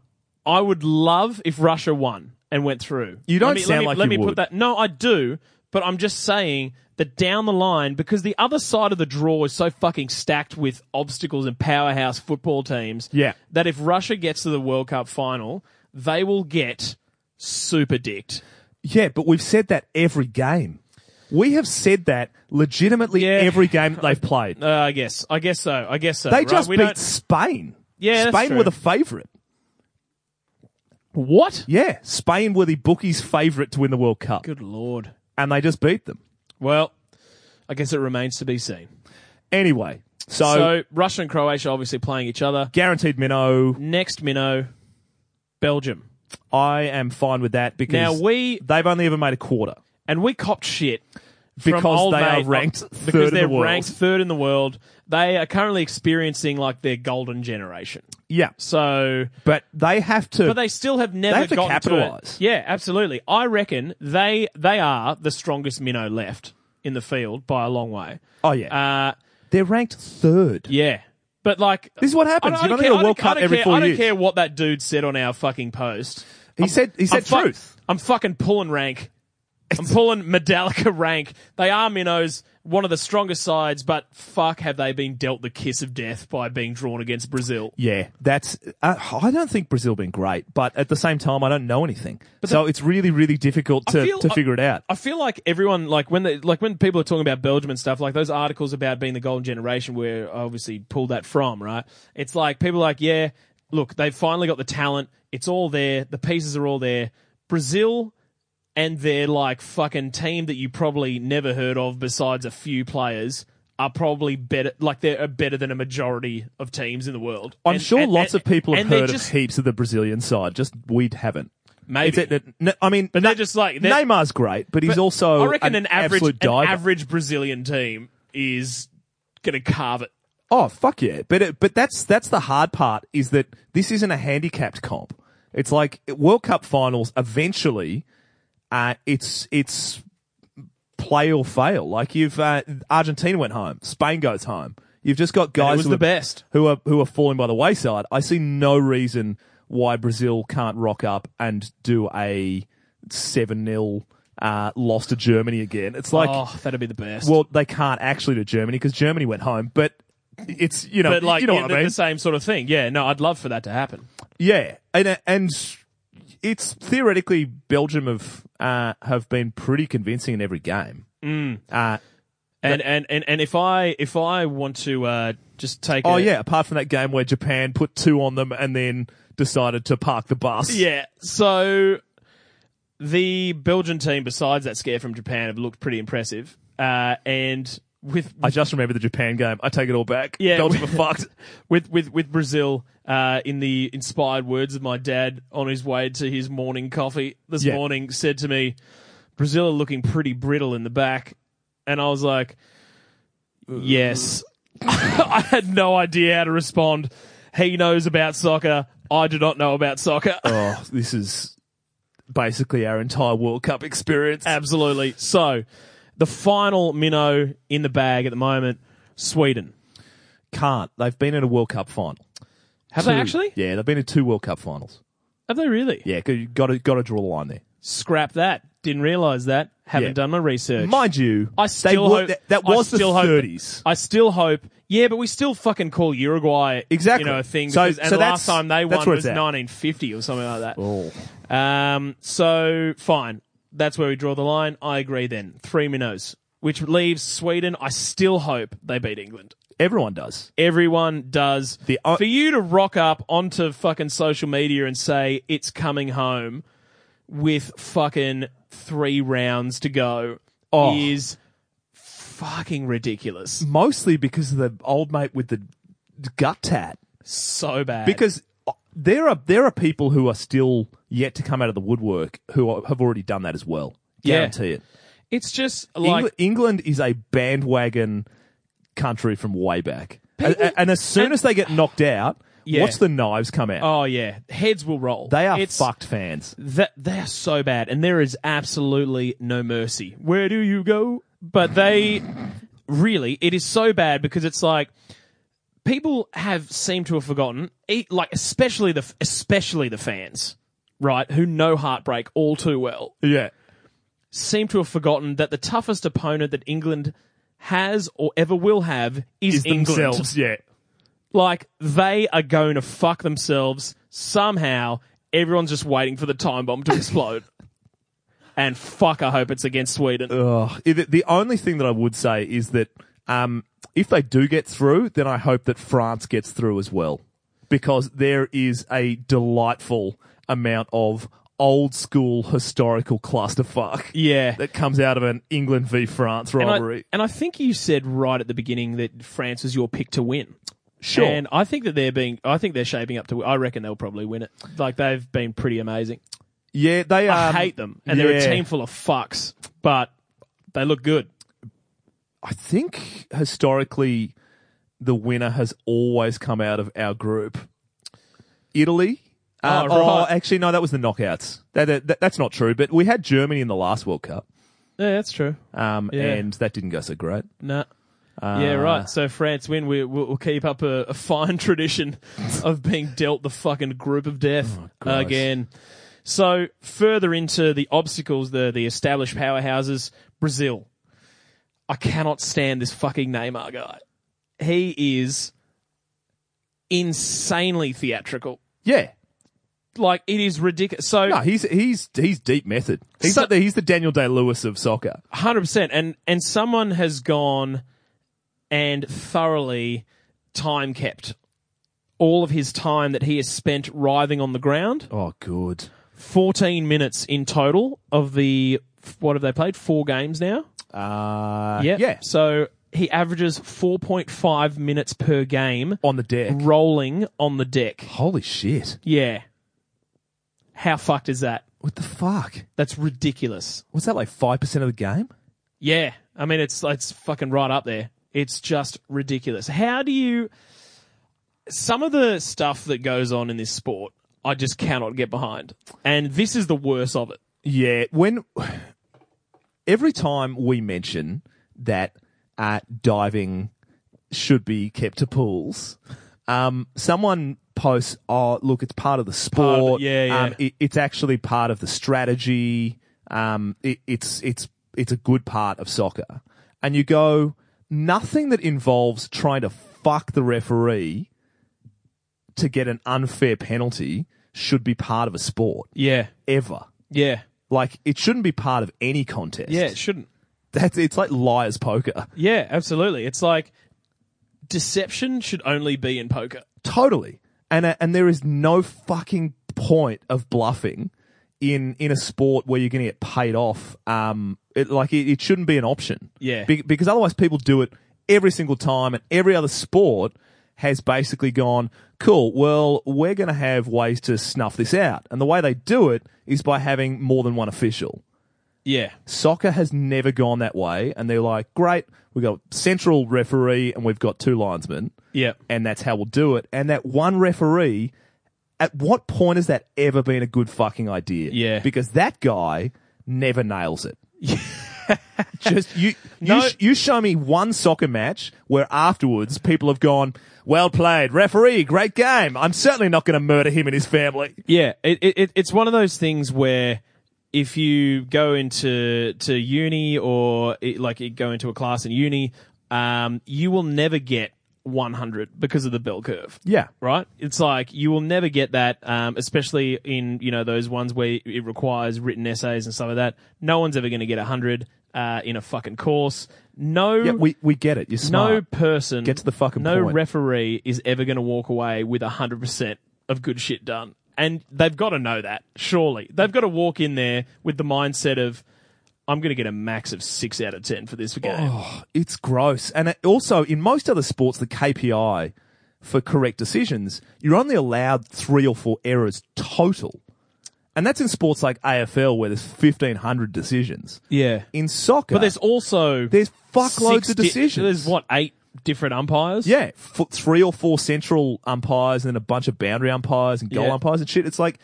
I would love if Russia won and went through.
You don't
let me, let
sound
me-
like
let
you
me put
would.
that. No, I do, but I'm just saying that down the line because the other side of the draw is so fucking stacked with obstacles and powerhouse football teams.
Yeah.
that if Russia gets to the World Cup final, they will get super dicked.
Yeah, but we've said that every game. We have said that legitimately
Yeah.
every game that they've played.
Uh, I guess. I guess so. I guess so.
they
right?
just
we
beat
don't-
Spain.
Yeah, that's
Spain
true.
were the favourite.
what?
Yeah, Spain were the bookies' favourite to win the World Cup,
Good lord.
and they just beat them.
Well, I guess it remains to be seen.
Anyway, so,
so Russia and Croatia obviously playing each other.
guaranteed minnow.
Next, Minnow, Belgium.
I am fine with that because
Now we
they've only ever made a quarter.
and we copped shit from
Because
old
they are
mate-
ranked
because
third in
they're
the world.
ranked third in the world. They are currently experiencing like their golden generation.
Yeah,
So,
but they have to.
but they still have never
They have to
gotten it.
capitalise.
Yeah, absolutely. I reckon they they are the strongest minnow left in the field by a long way.
oh yeah,
Uh,
they're ranked third.
yeah, but like.
This is what
I
happens.
don't, I
you
don't
don't
care,
get
I
a World
don't- I
Cup
don't
every
care-
four
I don't
years.
care what that dude said on our fucking post.
He said. He said
I'm fuck-
truth.
I'm fucking pulling rank. I'm pulling Medallica rank. They are minnows. one of the strongest sides, but fuck, have they been dealt the kiss of death by being drawn against Brazil?
Yeah, that's. Uh, I don't think Brazil been great, but at the same time, I don't know anything. so it's really, really difficult to,
feel-
to
I-
figure it out.
I feel like everyone, like when they, like when people are talking about Belgium and stuff, like those articles about being the golden generation, where I obviously pulled that from, right? It's like people are like, yeah, look, they've finally got the talent. It's all there. The pieces are all there. Brazil and their like fucking team that you probably never heard of, besides a few players. Are probably better, like they're better than a majority of teams in the world.
I'm
And-
sure
and-
lots
and-
of people have
and they're
heard
just-
of heaps of the Brazilian side. Just we haven't.
Maybe.
It's, it, it- I mean,
But they're just like- they're-
Neymar's great, but he's
But
also
I reckon an, average
absolute
an
diver.
average Brazilian team is gonna carve it.
Oh fuck yeah! But it, but that's that's the hard part is that this isn't a handicapped comp. It's like World Cup finals. Eventually, uh, it's it's play or fail. Like you've uh, Argentina went home, Spain goes home. You've just got guys
was
who
the
are,
best.
who are who are falling by the wayside. I see no reason why Brazil can't rock up and do a seven 0 uh, loss to Germany again. It's like
oh, that'd be the best.
well, they can't actually to Germany because Germany went home, but it's you know,
but like
you know
yeah,
what
the,
I mean.
the same sort of thing. Yeah, no, I'd love for that to happen.
Yeah, and and it's theoretically Belgium have uh, have been pretty convincing in every game.
Mm.
Uh,
And and, and and if I if I want to uh, just take
oh
a-
yeah, apart from that game where Japan put two on them and then decided to park the bus.
Yeah. So the Belgian team, besides that scare from Japan, have looked pretty impressive. Uh, and with
I just remember the Japan game. I take it all back.
Yeah.
Belgium are fucked.
with with with Brazil. Uh, in the inspired words of my dad on his way to his morning coffee this
Yeah.
morning, said to me, "Brazil are looking pretty brittle in the back," and I was like, "Yes." I had no idea how to respond. He knows about soccer. I do not know about soccer.
Oh, this is basically our entire World Cup experience.
Absolutely. So, the final minnow in the bag at the moment, Sweden.
Can't. They've been in a World Cup final.
Have they
Two.
actually?
Yeah, they've been in two World Cup finals.
Have they really?
Yeah, got to got to draw a line there.
Scrap that. Didn't realize that. Haven't
Yeah.
done my research.
Mind you,
I still
they were-
hope
that, that
I
was
still
the
hope-
30s.
I still hope. Yeah, but we still fucking call Uruguay
Exactly.
You know, a thing.
So-
because- and
so
the
that's-
last time they
that's
won
where
was
it's at.
1950 or something like that. Um, so fine. That's where we draw the line. I agree. Then three minnows, which leaves Sweden. I still hope they beat England.
Everyone does.
Everyone does.
The o-
For you to rock up onto fucking social media and say it's coming home with fucking three rounds to go
Oh.
is fucking ridiculous.
Mostly because of the old mate with the gut tat.
So bad.
Because uh, there are there are people who are still yet to come out of the woodwork who are, have already done that as well.
Yeah.
Guarantee it.
it's just
Engl-
like
England is a bandwagon country from way back. A- a- and as soon as they get knocked out,
Yeah.
watch the knives come out.
oh yeah, heads will roll.
they are
It's-
fucked fans.
that they are so bad and there is absolutely no mercy where do you go but they really it is so bad because it's like people have seem to have forgotten e- like especially the especially the fans right who know heartbreak all too well
Yeah.
seem to have forgotten that the toughest opponent that England has or ever will have is,
Is
England
themselves, yeah.
like they are going to fuck themselves somehow. Everyone's just waiting for the time bomb to explode. and fuck, I hope it's against Sweden.
Ugh. The the only thing that I would say is that um, if they do get through, then I hope that France gets through as well, because there is a delightful amount of old school historical clusterfuck
yeah.
that comes out of an England v France
And I-
rivalry.
and I think you said right at the beginning that France was your pick to win.
sure.
And I think that they're being, I think they're shaping up to. I reckon they'll probably win it. Like they've been pretty amazing.
yeah, they
I
um,
hate them, and they're
yeah.
a team full of fucks, but they look good.
I think historically, the winner has always come out of our group. Italy. Uh,
Oh, right.
actually, no, that was the knockouts. That, that, that's not true. But we had Germany in the last World Cup,
Yeah, that's true.
um,
Yeah.
and that didn't go so great.
No.
Uh,
yeah, right. So France win. We, we'll we'll keep up a, a fine tradition of being dealt the fucking group of death
Oh, gross.
again. So further into the obstacles, the the established powerhouses, Brazil. I cannot stand this fucking Neymar guy. He is insanely theatrical.
Yeah.
Like it is ridiculous. So
No, he's he's he's deep method. He's
So-
like the, he's the Daniel Day Lewis of soccer.
hundred percent. And and someone has gone and thoroughly time kept all of his time that he has spent writhing on the ground.
Oh, good.
Fourteen minutes in total of the what have they played? Four games now.
Uh,
Yeah.
yeah.
So he averages four point five minutes per game
On the deck.
rolling on the deck.
Holy shit!
Yeah. How fucked is that?
What the fuck?
That's ridiculous.
Was that like five percent of the game?
Yeah, I mean it's it's fucking right up there. It's just ridiculous. How do you? Some of the stuff that goes on in this sport, I just cannot get behind, and this is the worst of it.
Yeah, when every time we mention that uh, diving should be kept to pools, um, someone posts, "Oh, look, it's part of the
of the-
sport.
yeah, yeah.
Um, it, it's actually part of the strategy. Um, it, it's it's it's a good part of soccer." And you go, nothing that involves trying to fuck the referee to get an unfair penalty should be part of a sport
Yeah,
ever.
yeah,
Like it shouldn't be part of any contest.
yeah. It shouldn't.
that's it's like liars poker.
Yeah, absolutely. It's like deception should only be in poker.
Totally. And uh, and there is no fucking point of bluffing in in a sport where you're going to get paid off. Um, it, like it, it shouldn't be an option.
Yeah.
Be- because otherwise people do it every single time, and every other sport has basically gone cool. Well, we're going to have ways to snuff this out, and the way they do it is by having more than one official.
Yeah,
Soccer has never gone that way, and they're like, great, we've got central referee and we've got two linesmen,
yeah.
and that's how we'll do it. And that one referee, at what point has that ever been a good fucking idea?
Yeah.
Because that guy never nails it. Just you, you,
No.
sh- you show me one soccer match where afterwards people have gone, well played, referee, great game. I'm certainly not going to murder him and his family.
Yeah, it, it, it it's one of those things where if you go into to uni or it, like you go into a class in uni, um, you will never get 100 because of the bell curve.
Yeah.
Right? It's like you will never get that, um, especially in, you know, those ones where it requires written essays and stuff like that. No one's ever going to get 100 uh, in a fucking course. No
Yeah, we, we get it. You're smart.
no person
Get to the fucking
no
point.
referee is ever going to walk away with 100% of good shit done and they've got to know that surely they've got to walk in there with the mindset of i'm going to get a max of 6 out of 10 for this game
Oh. It's gross. And it- also, in most other sports, the KPI for correct decisions, you're only allowed three or four errors total. And that's in sports like AFL where there's 1,500 decisions.
yeah
In soccer,
but there's also
there's fuckloads
six
of
di-
decisions.
there's what eight different umpires
Yeah, f- three or four central umpires and then a bunch of boundary umpires and goal
Yeah.
umpires and shit. It's like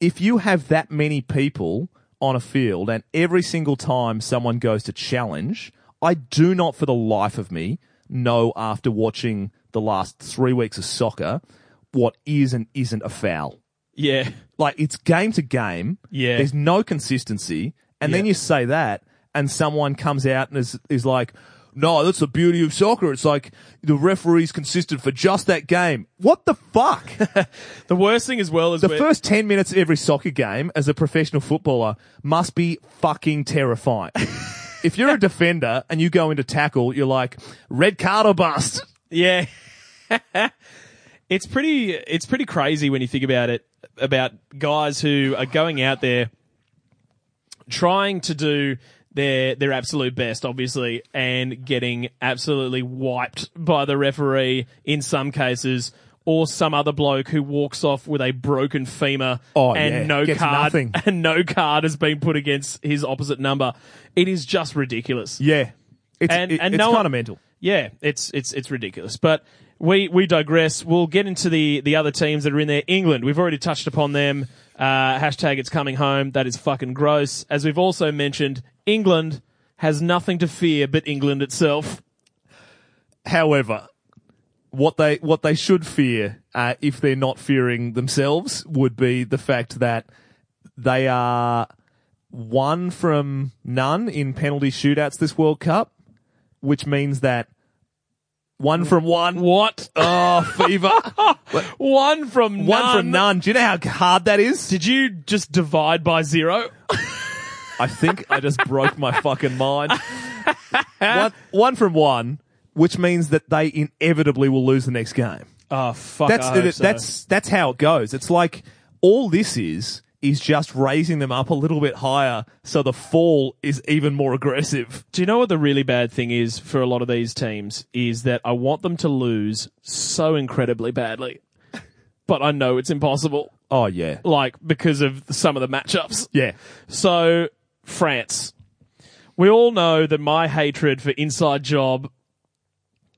if you have that many people on a field and every single time someone goes to challenge, I do not for the life of me know after watching the last three weeks of soccer what is and isn't a foul.
yeah
Like it's game to game.
Yeah.
There's no consistency. And then
Yeah.
you say that and someone comes out and is is like, No, that's the beauty of soccer. It's like the referee's consistent for just that game. What the fuck?
the worst thing as well is
the
where-
first ten minutes of every soccer game as a professional footballer must be fucking terrifying. if you're a defender and you go into tackle, you're like, red card or bust.
Yeah. it's pretty it's pretty crazy when you think about it about guys who are going out there trying to do their their absolute best obviously and getting absolutely wiped by the referee in some cases or some other bloke who walks off with a broken femur
Oh,
and
yeah.
no
Gets
card
nothing.
and no card has been put against his opposite number it is just ridiculous
Yeah. It's,
And-
it-
and
it's
no one-
fundamental.
yeah, it's it's it's ridiculous. But we we digress. We'll get into the the other teams that are in there. England, we've already touched upon them. Uh, hashtag it's coming home. That is fucking gross. As we've also mentioned, England has nothing to fear but England itself.
However, what they what they should fear, uh, if they're not fearing themselves, would be the fact that they are one from none in penalty shootouts this World Cup, which means that one from one.
What?
Oh, fever.
One from
One
none.
from none. Do you know how hard that is?
Did you just divide by zero?
I think I just broke my fucking mind. One, one from one, which means that they inevitably will lose the next game.
Oh fuck!
That's
I hope so.
that's that's how it goes. It's like all this is is just raising them up a little bit higher, so the fall is even more aggressive.
Do you know what the really bad thing is for a lot of these teams? Is that I want them to lose so incredibly badly, but I know it's impossible.
Oh yeah,
Like because of some of the matchups.
yeah.
So France, we all know that my hatred for inside job,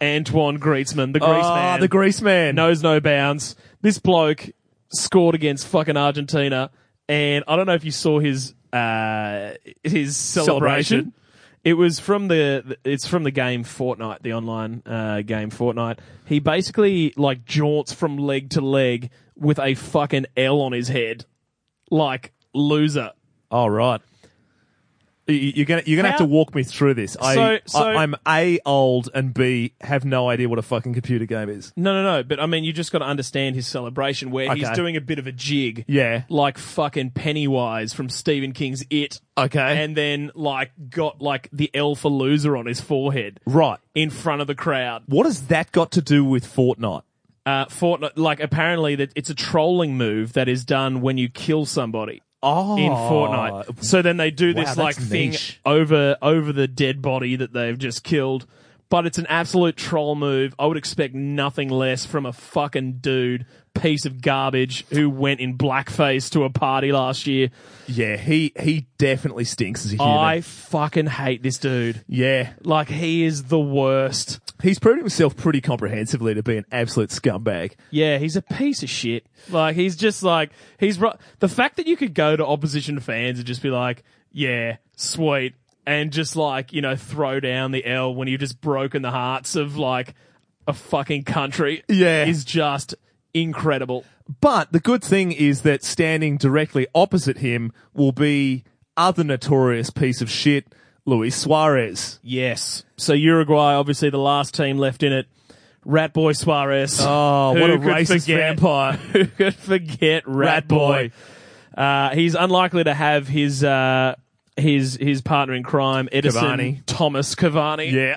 Antoine Griezmann, the Greece
Ah,
man,
the grease man.
knows no bounds. This bloke scored against fucking Argentina, and I don't know if you saw his uh, his celebration.
Celebration?
It was from the it's from the game Fortnite, the online uh, game Fortnite. He basically like jaunts from leg to leg with a fucking L on his head, like loser.
All right. You- You're gonna you're gonna have
How-
to walk me through this. I,
So- so-
I I'm a old and b have no idea what a fucking computer game is.
No, no, no. But I mean, you just got to understand his celebration where he's
Okay.
doing a bit of a jig.
Yeah.
Like fucking Pennywise from Stephen King's It.
Okay.
And then, like, got, like, the L for loser on his forehead
Right.
in front of the crowd.
What has that got to do with Fortnite?
Uh, Fortnite, like, apparently that it's a trolling move that is done when you kill somebody.
Oh,
In Fortnite, so then they do this
that's
like thing
niche.
over over the dead body that they've just killed, but it's an absolute troll move. I would expect nothing less from a fucking dude, piece of garbage who went in blackface to a party last year.
Yeah, he he definitely stinks as a human.
I fucking hate this dude.
yeah,
Like he is the worst.
he's proven himself pretty comprehensively to be an absolute scumbag.
Yeah, he's a piece of shit. Like he's just like he's ro- the fact that you could go to opposition fans and just be like, yeah, sweet, and just like you know throw down the L when you've just broken the hearts of like a fucking country.
Yeah.
is just incredible.
But the good thing is that standing directly opposite him will be other notorious piece of shit, Luis Suarez.
Yes. So Uruguay, obviously the last team left in it. Rat Boy Suarez.
Oh, what
Who
a
could
racist
forget-
vampire!
Who could forget Rat,
Rat
Boy?
Boy.
Uh, he's unlikely to have his uh, his his partner in crime, Edison
Cavani.
Thomas Cavani,
yeah,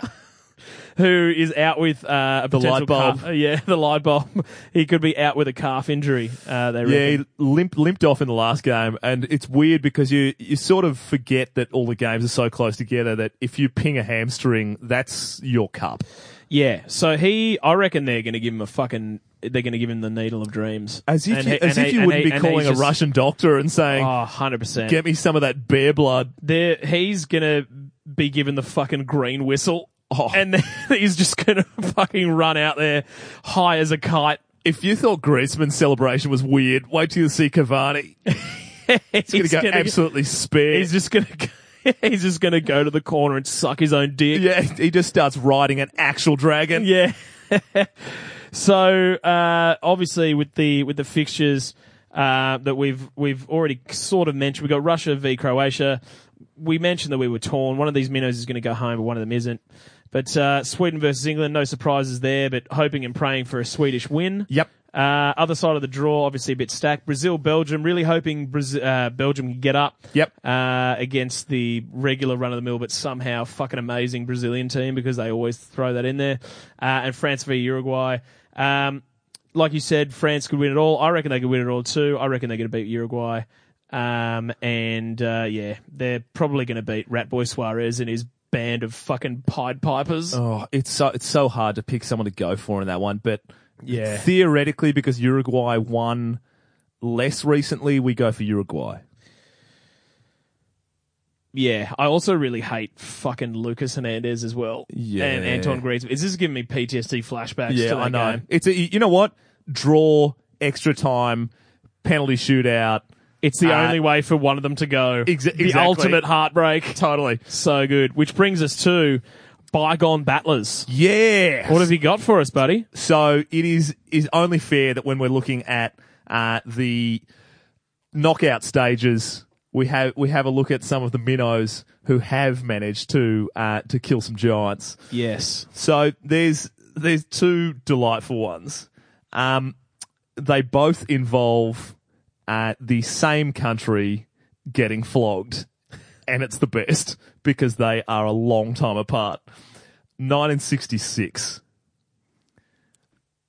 who is out with uh, a the
light bulb.
yeah, the light bulb. he could be out with a calf injury. Uh, they
yeah,
reckon.
he limped limped off in the last game, and it's weird because you you sort of forget that all the games are so close together that if you ping a hamstring, that's your cup.
yeah. So he, I reckon they're going to give him a fucking. They're going to give him the needle of dreams,
As if
And
you,
he-
as
and
if
he-
you
and
wouldn't
he-
be
and he's
calling a
just-
Russian doctor and saying,
Oh, 100 percent.
"Get me some of that bear blood."
there he's gonna be given the fucking green whistle
Oh.
and then he's just gonna fucking run out there high as a kite
If you thought Griezmann's celebration was weird, wait till you see Cavani.
he's
He's going to go absolutely spare.
he's just gonna go- he's just gonna go to the corner and suck his own dick
Yeah, he just starts riding an actual dragon.
Yeah. so uh, obviously with the with the fixtures uh, that we've we've already sort of mentioned, we have got Russia v Croatia. We mentioned that we were torn. One of these minnows is going to go home, but one of them isn't. But uh, Sweden versus England, no surprises there. But hoping and praying for a Swedish win.
Yep.
Uh, other side of the draw, obviously a bit stacked. Brazil, Belgium, really hoping Brazil, uh, Belgium can get up.
Yep.
Uh, against the regular run of the mill, but somehow fucking amazing Brazilian team because they always throw that in there. Uh, and France v Uruguay. Um, like you said, France could win it all. I reckon they could win it all too. I reckon they're going to beat Uruguay. Um, and uh, yeah, they're probably going to beat Rat Boy Suarez and his band of fucking Pied Pipers.
Oh, it's so it's so hard to pick someone to go for in that one, but
Yeah.
theoretically, because Uruguay won less recently, we go for Uruguay.
Yeah, I also really hate fucking Lucas Hernandez as well.
Yeah.
and Anton Griezmann. Is this giving me PTSD flashbacks? to
Yeah,
that
I know.
game?
It's a, you know what? Draw, extra time, penalty shootout.
It's the
Uh,
only way for one of them to go.
Exa-
The
exactly.
ultimate heartbreak.
Totally.
So good. Which brings us to bygone battlers.
Yeah.
What have you got for us, buddy?
So it is is only fair that when we're looking at uh, the knockout stages we have we have a look at some of the minnows who have managed to uh, to kill some giants.
Yes.
So there's there's two delightful ones. Um, they both involve uh, the same country getting flogged, and it's the best because they are a long time apart. 1966,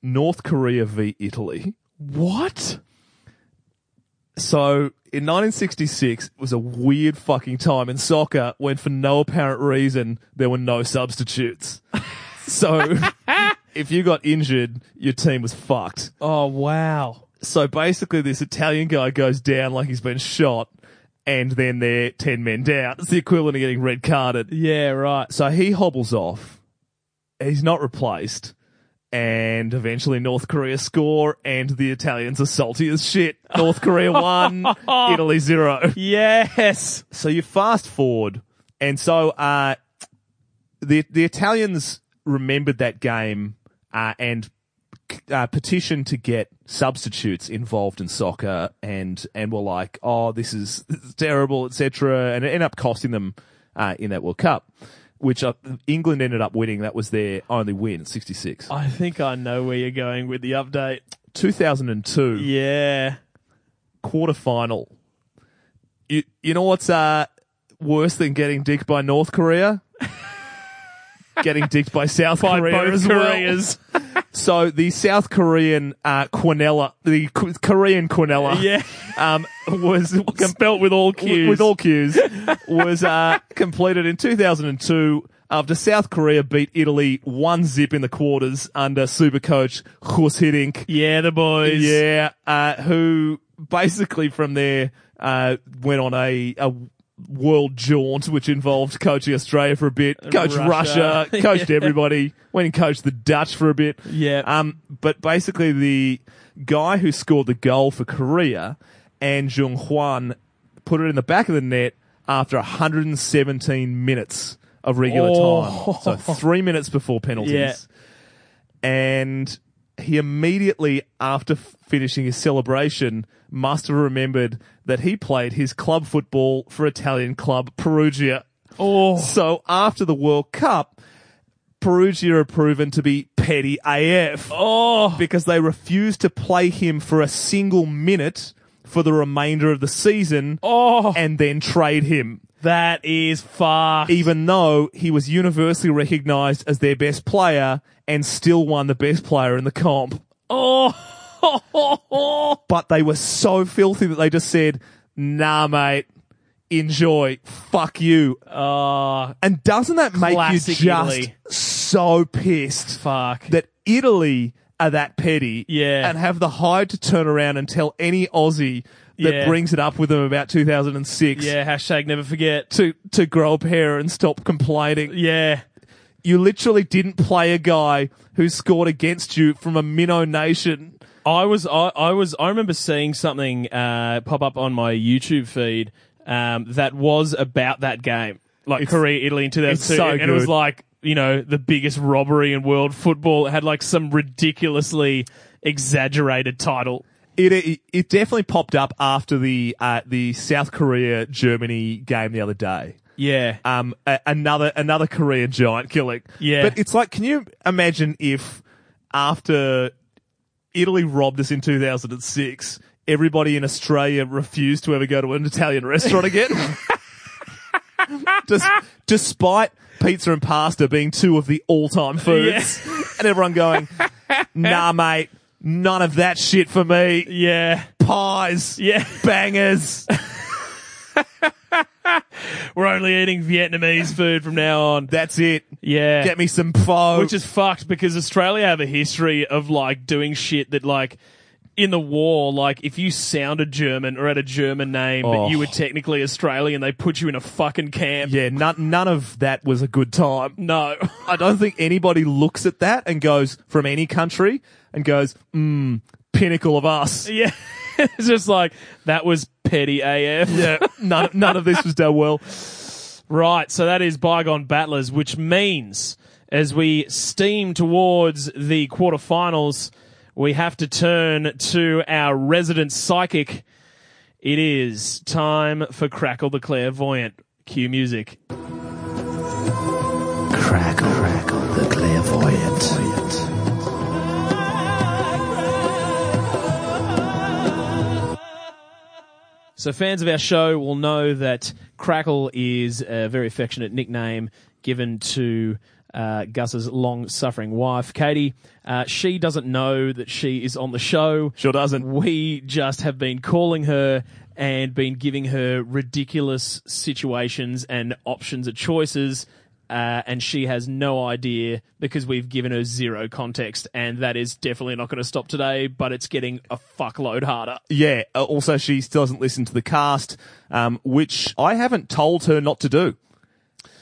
North Korea v Italy.
What?
So in 1966 it was a weird fucking time in soccer when for no apparent reason there were no substitutes. so if you got injured, your team was fucked.
Oh wow.
So basically this Italian guy goes down like he's been shot and then they're 10 men down. It's the equivalent of getting red carded.
Yeah, right.
So he hobbles off. He's not replaced. And eventually North Korea score and the Italians are salty as shit. North Korea one, Italy zero.
Yes.
So you fast forward, and so uh, the the Italians remembered that game uh, and uh, petitioned to get substitutes involved in soccer, and and were like, "Oh, this is, this is terrible, etc." And it ended up costing them uh, in that World Cup, which uh, England ended up winning. That was their only win, sixty six,
I think I know where you're going with the update.
two thousand and two.
Yeah.
quarter final. You you know what's uh worse than getting dicked by North Korea? getting dicked by South Korea
both
as well.
Koreas.
So the South Korean uh, quinella, the K- Korean quinella,
Yeah.
um, was
Belt with all cues.
with all cues was uh, completed in 2002 after South Korea beat Italy one zip in the quarters under supercoach Hus Hiddink.
Yeah, the boys.
Yeah, uh, who basically from there uh, went on a, a world jaunt, which involved coaching Australia for a bit, coached Russia,
Russia.
coached everybody, went and coached the Dutch for a bit.
Yeah. Uh,
Um, but basically, the guy who scored the goal for Korea, and Jung Hwan, put it in the back of the net after 117 minutes of regular
Oh.
time, so three minutes before penalties
Yeah.
and he immediately after f- finishing his celebration must have remembered that he played his club football for Italian club Perugia.
Oh.
So after the World Cup, Perugia are proven to be petty AF
Oh.
because they refused to play him for a single minute for the remainder of the season
Oh.
and then trade him
That is fucked.
even though he was universally recognized as their best player and still won the best player in the comp.
Oh.
But they were so filthy that they just said, nah, mate, enjoy, fuck you.
Ah.
And doesn't that make you
Classic
just
Italy.
so pissed
fuck.
that Italy are that petty
Yeah.
and have the hide to turn around and tell any Aussie that
Yeah.
brings it up with them about 2006
yeah. Hashtag never forget.
to, to grow a pair and stop complaining?
Yeah.
you literally didn't play a guy who scored against you from a minnow nation.
I was I, I was I remember seeing something uh, pop up on my YouTube feed um, that was about that game, like
It's-
Korea Italy in 2002,
so
and it was
good.
like you know the biggest robbery in world football. It had like some ridiculously exaggerated title.
It it, it definitely popped up after the uh, the South Korea Germany game the other day.
Yeah,
Um, a- another another Korea giant killing.
Yeah.
but it's like, can you imagine if after Italy robbed us in 2006, everybody in Australia refused to ever go to an Italian restaurant again? Des- despite pizza and pasta being two of the all-time foods, and everyone going, "Nah, mate, none of that shit for me.
yeah,
Pies,
yeah.
bangers."
We're only eating Vietnamese food from now on.
That's it.
Yeah,
Get me some pho.
which is fucked because Australia have a history of like doing shit that like in the war, like if you sounded German or had a German name,
Oh.
but you were technically Australian, they put you in a fucking camp.
Yeah, none, none of that was a good time.
No.
I don't think anybody looks at that and goes from any country and goes, mm, pinnacle of us.
yeah. it's just like that was petty AF.
Yeah, none, none of this was done well.
Right, so that is bygone battlers, which means as we steam towards the quarterfinals, we have to turn to our resident psychic It is time for Crackle the Clairvoyant. Cue music.
Crackle, crackle, the clairvoyant.
So, fans of our show will know that Crackle is a very affectionate nickname given to uh, Gus's long suffering wife, Katie. Uh, she doesn't know that she is on the show.
Sure doesn't.
We just have been calling her and been giving her ridiculous situations and options of choices. Uh, and she has no idea because we've given her zero context, and that is definitely not going to stop today. But it's getting a fuckload harder.
Yeah. uh, Also, she still doesn't listen to the cast, um, which I haven't told her not to do.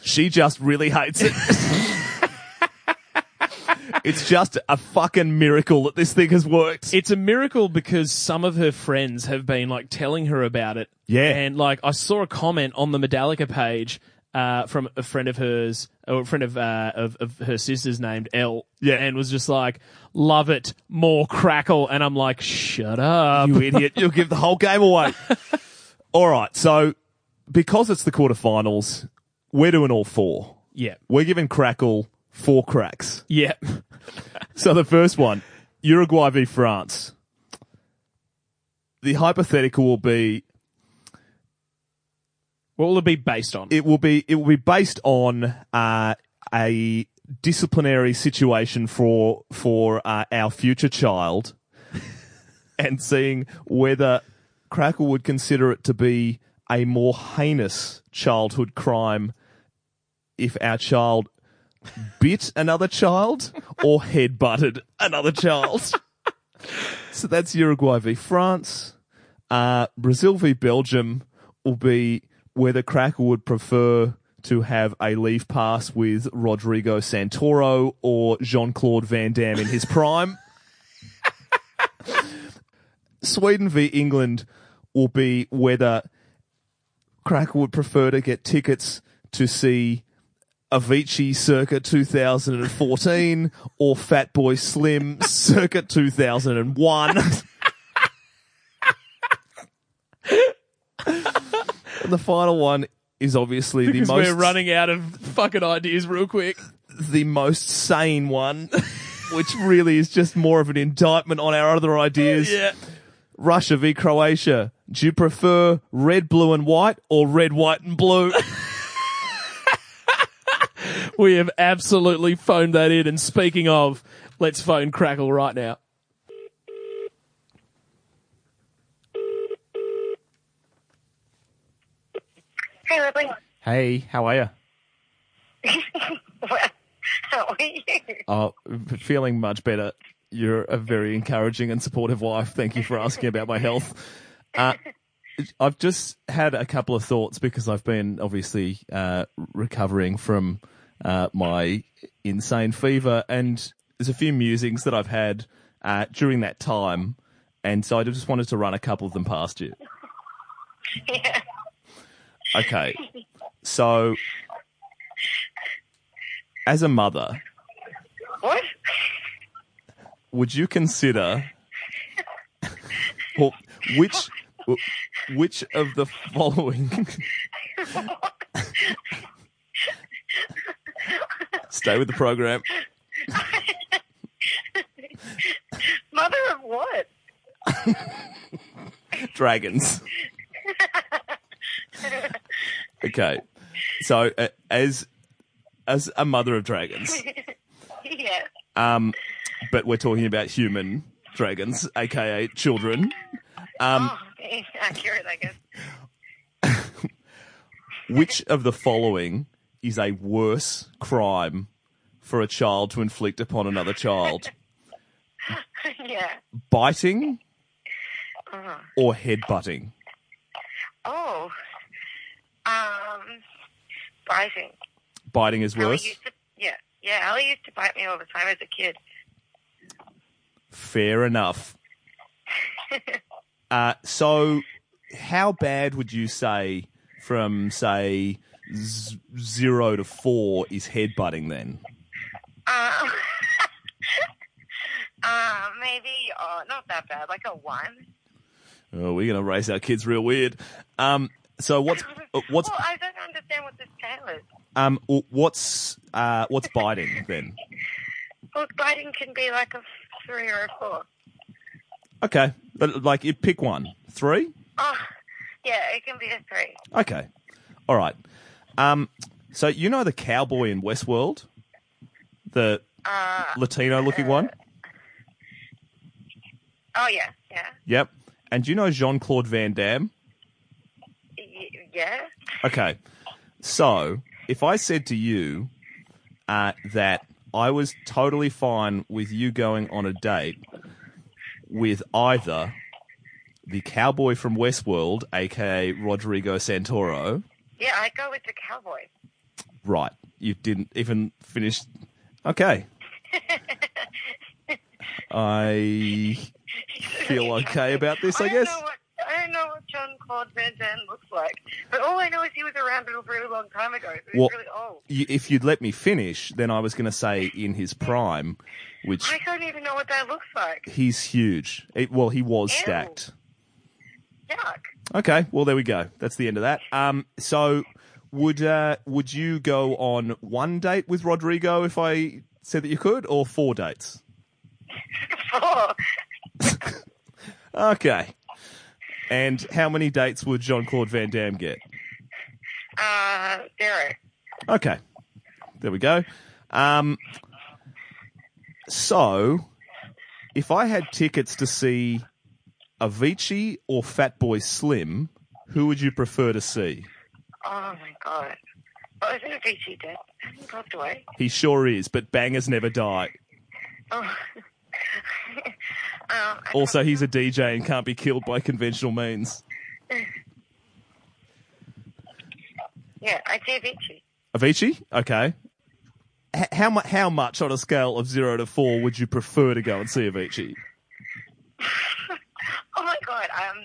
She just really hates it. it's just a fucking miracle that this thing has worked.
It's a miracle because some of her friends have been like telling her about it.
Yeah.
And like I saw a comment on the Medallica page uh, from a friend of hers or a friend of, uh, of of her sister's named Elle.
Yeah.
And was just like, "Love it, more crackle." And I'm like, "Shut up."
you idiot. You'll give the whole game away. all right. So, because it's the quarterfinals, we're doing all four.
yeah.
We're giving Crackle four cracks.
Yeah.
So the first one, Uruguay v France. The hypothetical will be
What will it be based on?
Um, it will be it will be based on uh, a disciplinary situation for for uh, our future child, and seeing whether Crackle would consider it to be a more heinous childhood crime if our child bit another child or head butted another child. so that's Uruguay v France. Uh, Brazil v Belgium will be whether Crackle would prefer to have a leave pass with Rodrigo Santoro or Jean Claude Van Damme in his prime. Sweden v England will be whether Crackle would prefer to get tickets to see Avicii circa 2014 or Fatboy Slim circa 2001. and the final one is obviously the
Because
most
we're running out of fucking ideas real quick.
the most sane one, which really is just more of an indictment on our other ideas.
Yeah.
Russia v Croatia. Do you prefer red, blue, and white or red, white, and blue?
We have absolutely phoned that in. And speaking of, let's phone Crackle right now.
Hey, Ripley.
hey, how are you?
Well, How are you?
Uh, feeling much better. You're a very encouraging and supportive wife. Thank you for asking about my health. Uh, I've just had a couple of thoughts because I've been obviously uh, recovering from uh, my insane fever, and there's a few musings that I've had uh, during that time, and so I just wanted to run a couple of them past you.
Yeah.
Okay, so as a mother,
What?
would you consider or which which of the following stay with the program
Mother of what?
dragons okay so uh, as as a mother of dragons
Yeah.
um but we're talking about human dragons aka children um
Oh, it's accurate, I guess.
Which of the following is a worse crime for a child to inflict upon another child?
Yeah.
Biting or headbutting?
Oh. Um. Biting.
Biting is
Ellie
worse.
used to. Yeah. Yeah. Ellie used to bite me all the time as a kid.
Fair enough. Uh, so, how bad would you say from, say, z- zero to four is headbutting then?
Um. uh, maybe. Oh, not that bad. Like a one.
oh, we're going to raise our kids real weird. Um, so what's uh, what's
Well, I don't understand what this tail is.
um w- what's uh what's biting then?
Well, biting can be like a three or a four.
Okay, but like you pick one, three.
Oh, yeah, it can be a three.
Okay, all right. Um, so you know the cowboy in Westworld, the
Uh,
Latino-looking one.
Oh, yeah, yeah,
Yep. And do you know Jean Claude Van Damme?
y- yeah.
Okay. So, if I said to you uh, that I was totally fine with you going on a date with either the cowboy from Westworld, aka Rodrigo Santoro,
Yeah, I go with the cowboy.
right? You didn't even finish. Okay. I feel okay about this, I
don't
guess.
Know what, I don't know what John Claude Van Damme looks like, but all I know is he was around a really long time ago. So he's
What-
really old.
You- If you'd let me finish, then I was going to say in his prime, which
I don't even know what that looks like.
He's huge. It- well, he was
Ew.
stacked.
Yuck.
Okay. Well, there we go. That's the end of that. Um. So, would uh would you go on one date with Rodrigo if I said that you could, or four dates?
Four.
Okay. And how many dates would Jean Claude Van Damme get?
Uh, zero.
Okay. There we go. Um. So, if I had tickets to see Avicii or Fatboy Slim, who would you prefer to see?
Oh my god. Oh, isn't it Avicii dead? Hasn't he passed away?
He sure is, but bangers never die.
Oh. um, I
Also, he's a DJ and can't be killed by conventional means.
yeah, uh, I see Avicii.
Avicii? Okay. H- how, mu- how much on a scale of 0 to 4 would you prefer to go and see Avicii?
Oh my god. Um,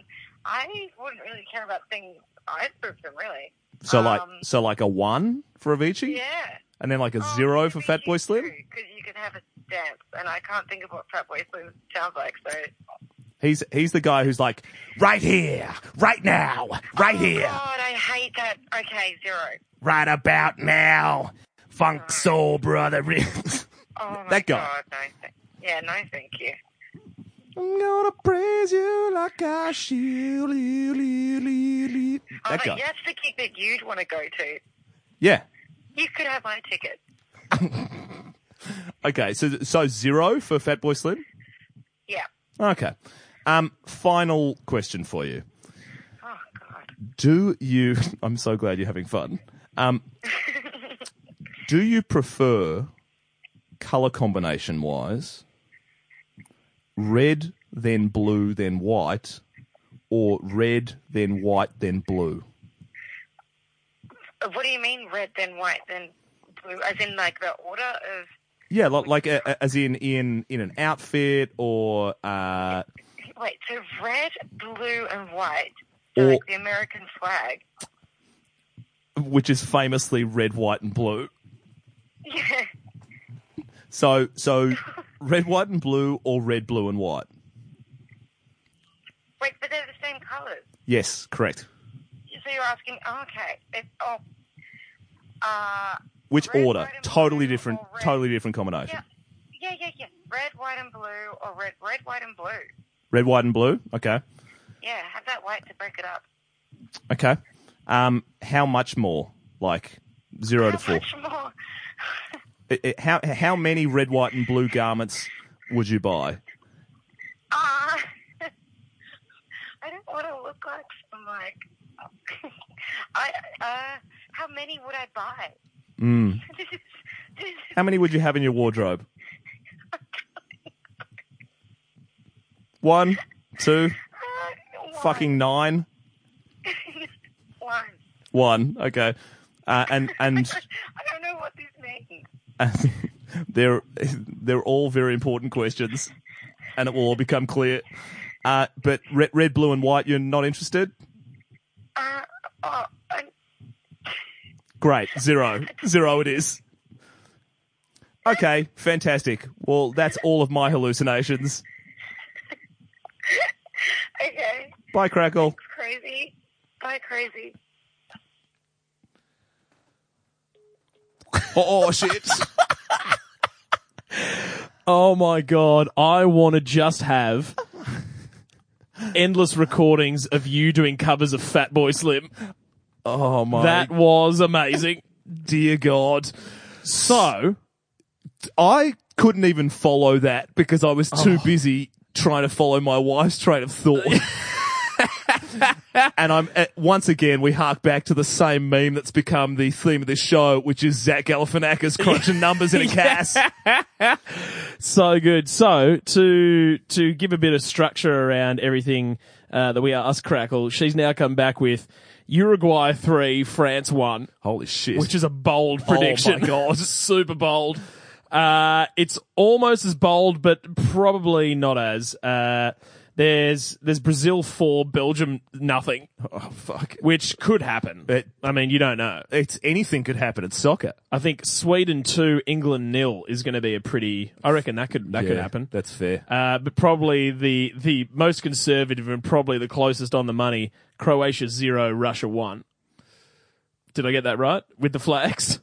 I wouldn't really care about things either of them really.
So like
Um,
so like a 1 for Avicii?
Yeah. Oh,
And then like a 0 for Fatboy Slim?
Because you can have a dance, and I can't think of what Fatboy Slim sounds like. So
He's he's the guy who's like right here, right now, right here,
Oh, God, I hate that. Okay, zero.
right about now. Funk soul brother.
Oh my
That guy.
God, no, th- yeah, no, thank you.
I'm gonna praise you like I should. Lee, lee, lee, lee.
I'm
That
like,
guy.
Uh, yeah, Oh, that's the gig that you'd want to go to.
Yeah.
You could have my ticket.
Okay. So so zero for Fatboy Slim.
Yeah.
Okay. Um. Final question for you.
Oh God.
Do you? I'm so glad you're having fun. Um. do you prefer color combination wise red then blue then white or red then white then blue?
Uh, What do you mean red then white then blue? As in like the order of?
Yeah, like, like uh, uh, as in in in an outfit or uh,
Wait, so red, blue, and white. So
Or-
like the American flag.
which is famously red, white, and blue.
Yeah.
So so red, white, and blue, or red, blue, and white.
Wait, but they're the same colours.
Yes, correct.
So you're asking? Oh, okay. It's oh. Uh,
Which
Red,
order?
white, and
Totally
blue,
different.
or red.
Totally different combination.
yeah, yeah, yeah, yeah. Red, white, and blue, or red, red, white, and blue.
Red, white, and blue. Okay.
Yeah, have that white to break it up.
Okay. Um, how much more? Like zero to
How
four.
much more?
I- I- how how many red, white, and blue garments would you buy?
Ah, I don't want to look like some like. I uh, how many would I buy?
Mm.
this is this is
How many would you have in your wardrobe? One, two,
uh, one,
fucking nine,
one.
one. Okay, uh, and and
I don't know what this means.
they're they're all very important questions, and it will all become clear. Uh, but red, red, blue, and white, you're not interested.
Uh, oh, I,
Great, zero, zero. It is. Okay, fantastic. Well, that's all of my hallucinations.
okay.
Bye, Crackle.
Crazy. Bye, crazy.
Oh shit!
Oh my god, I want to just have endless recordings of you doing covers of Fatboy Slim.
Oh my!
That was amazing. Dear God. So,
I couldn't even follow that because I was too
Oh.
busy trying to follow my wife's train of thought. and I'm uh, once again we hark back to the same meme that's become the theme of this show, which is Zach Galifianakis crunching numbers in a cast.
so good. So, to to give a bit of structure around everything uh, that we are us crackle, she's now come back with Uruguay 3, France 1.
Holy shit!
which is a bold
Oh
prediction.
my
god, super bold. Uh, it's almost as bold, but probably not as. Uh, there's there's Brazil four, Belgium nothing,
oh fuck!
which could happen.
It-
I mean, you don't know.
It's anything could happen at soccer.
I think Sweden two, England nil is going to be a pretty. I reckon that could that could
Yeah,
happen.
That's fair.
Uh, but probably the the most conservative and probably the closest on the money. Croatia zero, Russia one. Did I get that right with the flags?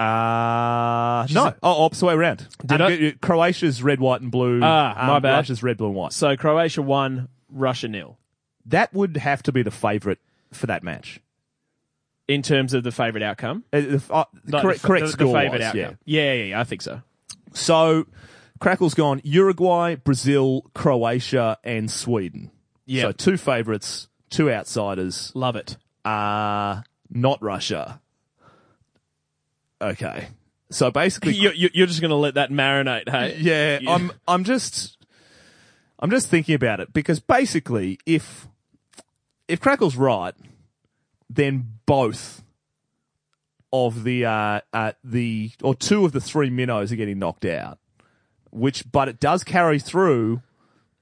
Uh, no, oh, opposite way around. Did
I-
Croatia's red, white, and blue. Um,
Ah, my bad.
Russia's red, blue, and white.
So Croatia one, Russia nil.
That would have to be the favourite for that match.
in terms of the favourite outcome.
Uh, if, uh,
Like
correct,
the,
correct
the,
score.
The favourite
wise, yeah.
outcome. Yeah. yeah, yeah, I think so.
So, Crackle's gone Uruguay, Brazil, Croatia, and Sweden.
Yeah.
So, two favourites, two outsiders,
Love it.
uh, not Russia. Okay. So, basically,
You, you, you're just going to let that marinate, hey?
yeah,
Yeah.
I'm I'm just I'm just thinking about it because basically if if Crackle's right, then both of the uh, uh the or two of the three minnows are getting knocked out. Which but it does carry through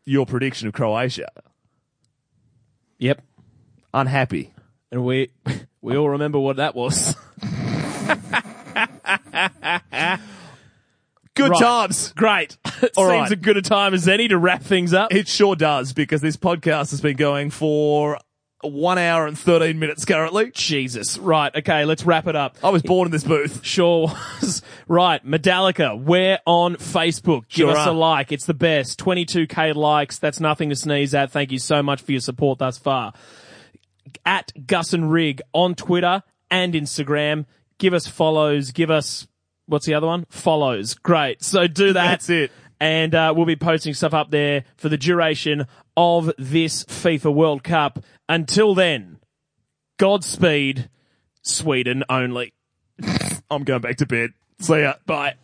your prediction of Croatia.
Yep.
Unhappy.
And we we all remember what that was.
Good
Right.
times.
Great. It
All
seems
right.
a good a time as any to wrap things up.
It sure does because this podcast has been going for one hour and thirteen minutes currently.
Jesus. Right. Okay. Let's wrap it up.
I was born in this booth.
Sure was. Right, Medallica, we're on Facebook. Give
Sure
us a
are.
like. It's the best. 22k likes. That's nothing to sneeze at. Thank you so much for your support thus far. At Gus and Rig on Twitter and Instagram. Give us follows. Give us, what's the other one? Follows. Great. So do that.
That's it.
And uh, we'll be posting stuff up there for the duration of this FIFA World Cup. Until then, Godspeed, Sweden only.
I'm going back to bed. See ya. Bye.